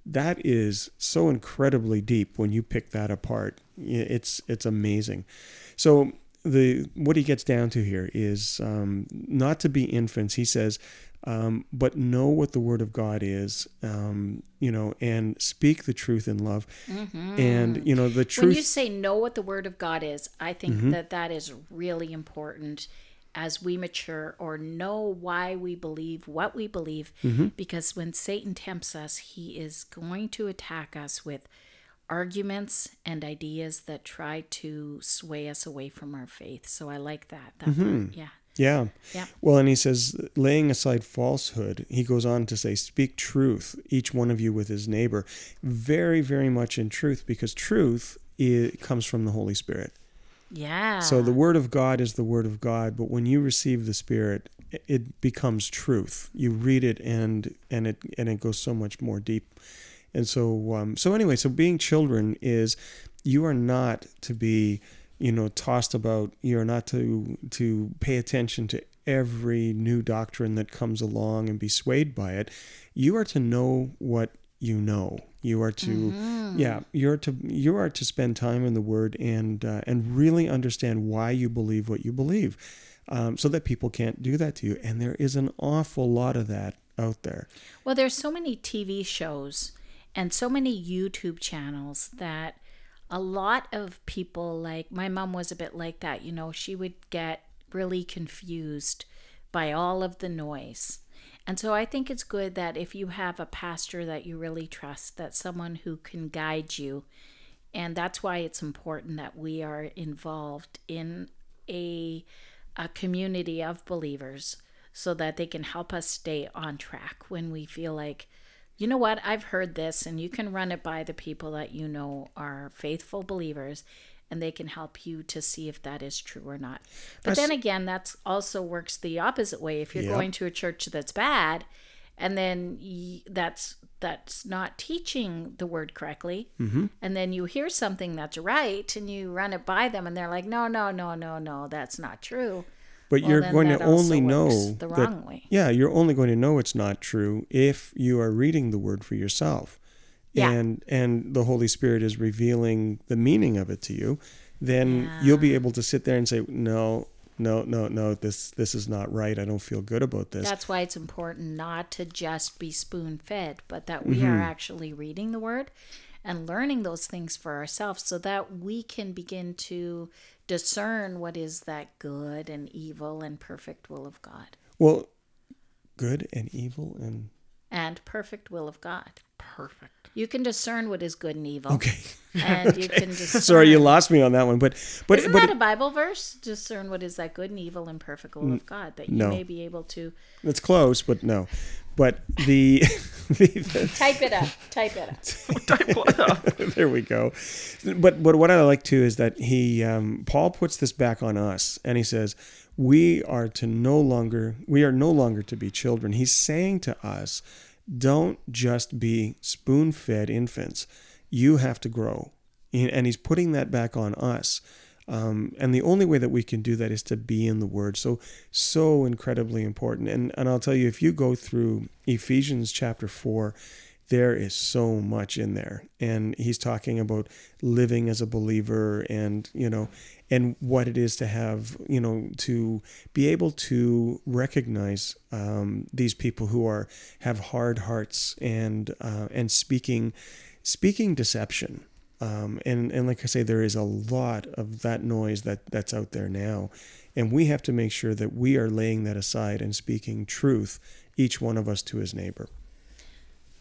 Speaker 2: that is so incredibly deep. When you pick that apart, Yeah, it's it's amazing. So the what he gets down to here is um, not to be infants. He says, um, but know what the word of God is, um, you know, and speak the truth in love. And you know the
Speaker 1: Mm-hmm. When you
Speaker 2: truth.
Speaker 1: say know what the Word of God is, I think
Speaker 3: Mm-hmm.
Speaker 1: that that is really important as we mature or know why we believe what we believe.
Speaker 3: Mm-hmm.
Speaker 1: Because when Satan tempts us, he is going to attack us with arguments and ideas that try to sway us away from our faith. So I like that. that part.
Speaker 3: Mm-hmm.
Speaker 1: Yeah.
Speaker 2: yeah.
Speaker 1: Yeah.
Speaker 2: Well, and he says, laying aside falsehood, he goes on to say, speak truth, each one of you with his neighbor. Very, very much in truth, because truth it comes from the Holy Spirit.
Speaker 1: Yeah.
Speaker 2: So the word of God is the word of God, but when you receive the Spirit, i- it becomes truth. You read it, and and it and it goes so much more deep. And so um, so anyway, so being children is you are not to be you know tossed about. You are not to to pay attention to every new doctrine that comes along and be swayed by it. You are to know what you know you are to
Speaker 1: Mm-hmm.
Speaker 2: yeah you're to you are to spend time in the word and uh, and really understand why you believe what you believe um, so that people can't do that to you and there is an awful lot of that out there
Speaker 1: Well, there's so many TV shows and so many YouTube channels that a lot of people like my mom was a bit like that, you know, she would get really confused by all of the noise. And so I think it's good that if you have a pastor that you really trust, that someone who can guide you and that's why it's important that we are involved in a, a community of believers so that they can help us stay on track when we feel like, you know what, I've heard this, and you can run it by the people that you know are faithful believers. And they can help you to see if that is true or not. But
Speaker 2: That's-
Speaker 1: then again, that's also works the opposite way. If you're
Speaker 2: Yep.
Speaker 1: going to a church that's bad, and then y- that's that's not teaching the word correctly
Speaker 2: Mm-hmm.
Speaker 1: and then you hear something that's right and you run it by them and they're like no no no no no that's not true
Speaker 2: But
Speaker 1: Well,
Speaker 2: you're
Speaker 1: then
Speaker 2: going
Speaker 1: that
Speaker 2: to
Speaker 1: also
Speaker 2: only know
Speaker 1: works the
Speaker 2: that-
Speaker 1: wrong way.
Speaker 2: Yeah, you're only going to know it's not true if you are reading the word for yourself.
Speaker 1: Yeah.
Speaker 2: And and the Holy Spirit is revealing the meaning of it to you, then you'll be able to sit there and say, No, no, no, no, this this is not right. I don't feel good about this.
Speaker 1: that's why it's important not to just be spoon fed but that we
Speaker 2: Mm-hmm.
Speaker 1: are actually reading the word and learning those things for ourselves so that we can begin to discern what is that good and evil and perfect will of god
Speaker 2: well, good and evil and
Speaker 1: and perfect will of god
Speaker 3: Perfect.
Speaker 1: you can discern what is good and evil
Speaker 2: Okay.
Speaker 1: and you can discern
Speaker 2: Sorry, you lost me on that one, but but
Speaker 1: Isn't
Speaker 2: but
Speaker 1: that a Bible verse? Discern what is that good and evil and perfect will of God, that you
Speaker 2: Mm, no.
Speaker 1: may be able to
Speaker 2: it's close, but no. But the, the
Speaker 1: type it up. Type it up.
Speaker 2: there we go. But but what I like too is that he um, Paul puts this back on us, and he says we are to no longer we are no longer to be children. He's saying to us, don't just be spoon fed infants. You have to grow, and he's putting that back on us. Um, and the only way that we can do that is to be in the Word. So, so incredibly important. And and I'll tell you, if you go through Ephesians chapter four, there is so much in there, and he's talking about living as a believer, and you know, and what it is to have, you know, to be able to recognize um, these people who are have hard hearts and uh, and speaking speaking deception um, and and like I say, there is a lot of that noise that that's out there now, and we have to make sure that we are laying that aside and speaking truth, each one of us to his neighbor.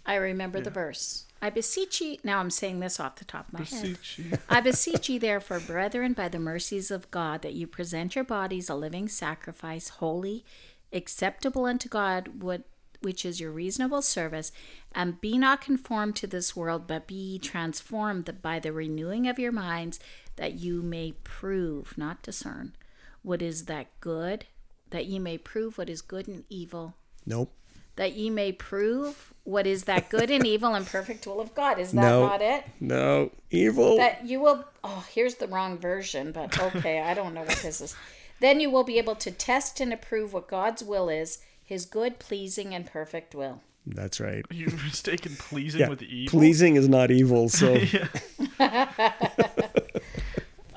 Speaker 1: I remember the verse. I beseech ye now I'm saying this off the top of my head.
Speaker 3: Perfect.
Speaker 1: I beseech ye therefore, brethren, by the mercies of God, that you present your bodies a living sacrifice, holy, acceptable unto God, what which is your reasonable service, and be not conformed to this world, but be ye transformed by the renewing of your minds, that you may prove, not discern, what is that good, that ye may prove what is good and evil
Speaker 2: Nope.
Speaker 1: that ye may prove what is that good and evil and perfect will of God. Is that
Speaker 2: No.
Speaker 1: not it?
Speaker 2: No evil.
Speaker 1: That you will. Oh, here's the wrong version, but okay, I don't know what this is. Then you will be able to test and approve what God's will is, His good, pleasing, and perfect will.
Speaker 2: that's right.
Speaker 3: you mistaken pleasing
Speaker 2: Yeah.
Speaker 3: with evil.
Speaker 2: Pleasing is not evil. So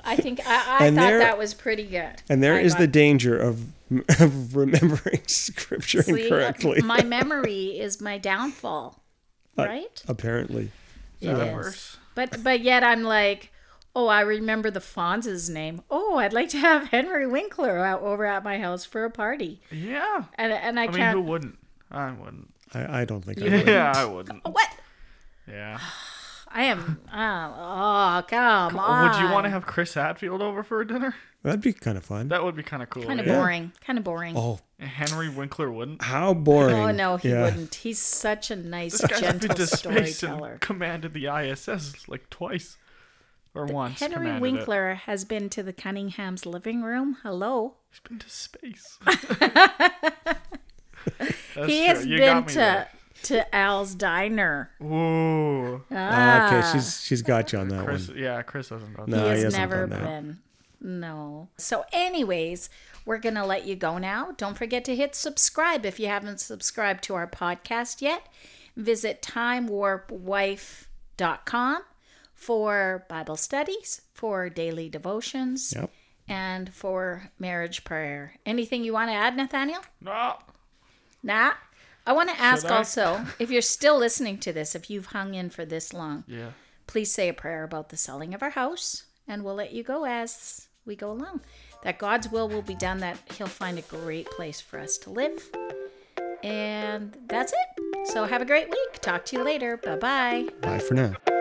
Speaker 1: I think I, I
Speaker 2: And
Speaker 1: thought
Speaker 2: there-
Speaker 1: that was pretty good.
Speaker 2: and there
Speaker 1: I
Speaker 2: is
Speaker 1: got
Speaker 2: the danger of of remembering scripture
Speaker 1: See,
Speaker 2: incorrectly. Uh,
Speaker 1: My memory is my downfall, right?
Speaker 2: Apparently,
Speaker 1: It
Speaker 3: that a
Speaker 1: is.
Speaker 3: verse?
Speaker 1: But but yet I'm like, oh, I remember the Fonz's name. Oh, I'd like to have Henry Winkler out over at my house for a party,
Speaker 3: Yeah.
Speaker 1: and and I,
Speaker 3: I mean,
Speaker 1: can't.
Speaker 3: who wouldn't? I wouldn't.
Speaker 2: I, I don't think I would.
Speaker 3: Yeah, I wouldn't.
Speaker 1: Oh, what?
Speaker 3: Yeah.
Speaker 1: I am. Oh, oh come on.
Speaker 3: Would you want to have Chris Hatfield over for a dinner?
Speaker 2: That'd be kind of fun.
Speaker 3: That would be kind of cool.
Speaker 1: Kind of
Speaker 3: yeah.
Speaker 1: boring. Kind of boring. Oh,
Speaker 2: Oh,
Speaker 3: Henry Winkler wouldn't.
Speaker 2: how boring.
Speaker 1: no, he
Speaker 2: Yeah.
Speaker 1: wouldn't. He's such a nice,
Speaker 3: This guy's been
Speaker 1: gentle
Speaker 3: to space
Speaker 1: storyteller.
Speaker 3: and commanded the ISS like twice or once.
Speaker 1: Henry
Speaker 3: commanded it.
Speaker 1: Winkler has been to the Cunningham's living room. Hello.
Speaker 3: He's been to space.
Speaker 1: he has been to to Al's diner.
Speaker 3: Ooh.
Speaker 2: Ah, okay, she's she's got you on that
Speaker 3: Chris,
Speaker 2: one.
Speaker 3: yeah, Chris hasn't done
Speaker 2: No,
Speaker 1: he has
Speaker 2: hasn't
Speaker 1: never
Speaker 2: done that.
Speaker 1: been. No. So, anyways, we're going to let you go now. Don't forget to hit subscribe if you haven't subscribed to our podcast yet. Visit timewarpwife.com for Bible studies, for daily devotions,
Speaker 2: Yep.
Speaker 1: and for marriage prayer. Anything you want to add, Nathaniel?
Speaker 3: that. No.
Speaker 1: Nah. I want to ask
Speaker 3: I?
Speaker 1: also if you're still listening to this, if you've hung in for this long,
Speaker 3: Yeah.
Speaker 1: Please say a prayer about the selling of our house, and we'll let you go as we go along. That God's will will be done, that He'll find a great place for us to live. And that's it. So have a great week. Talk to you later. Bye bye.
Speaker 2: Bye for now.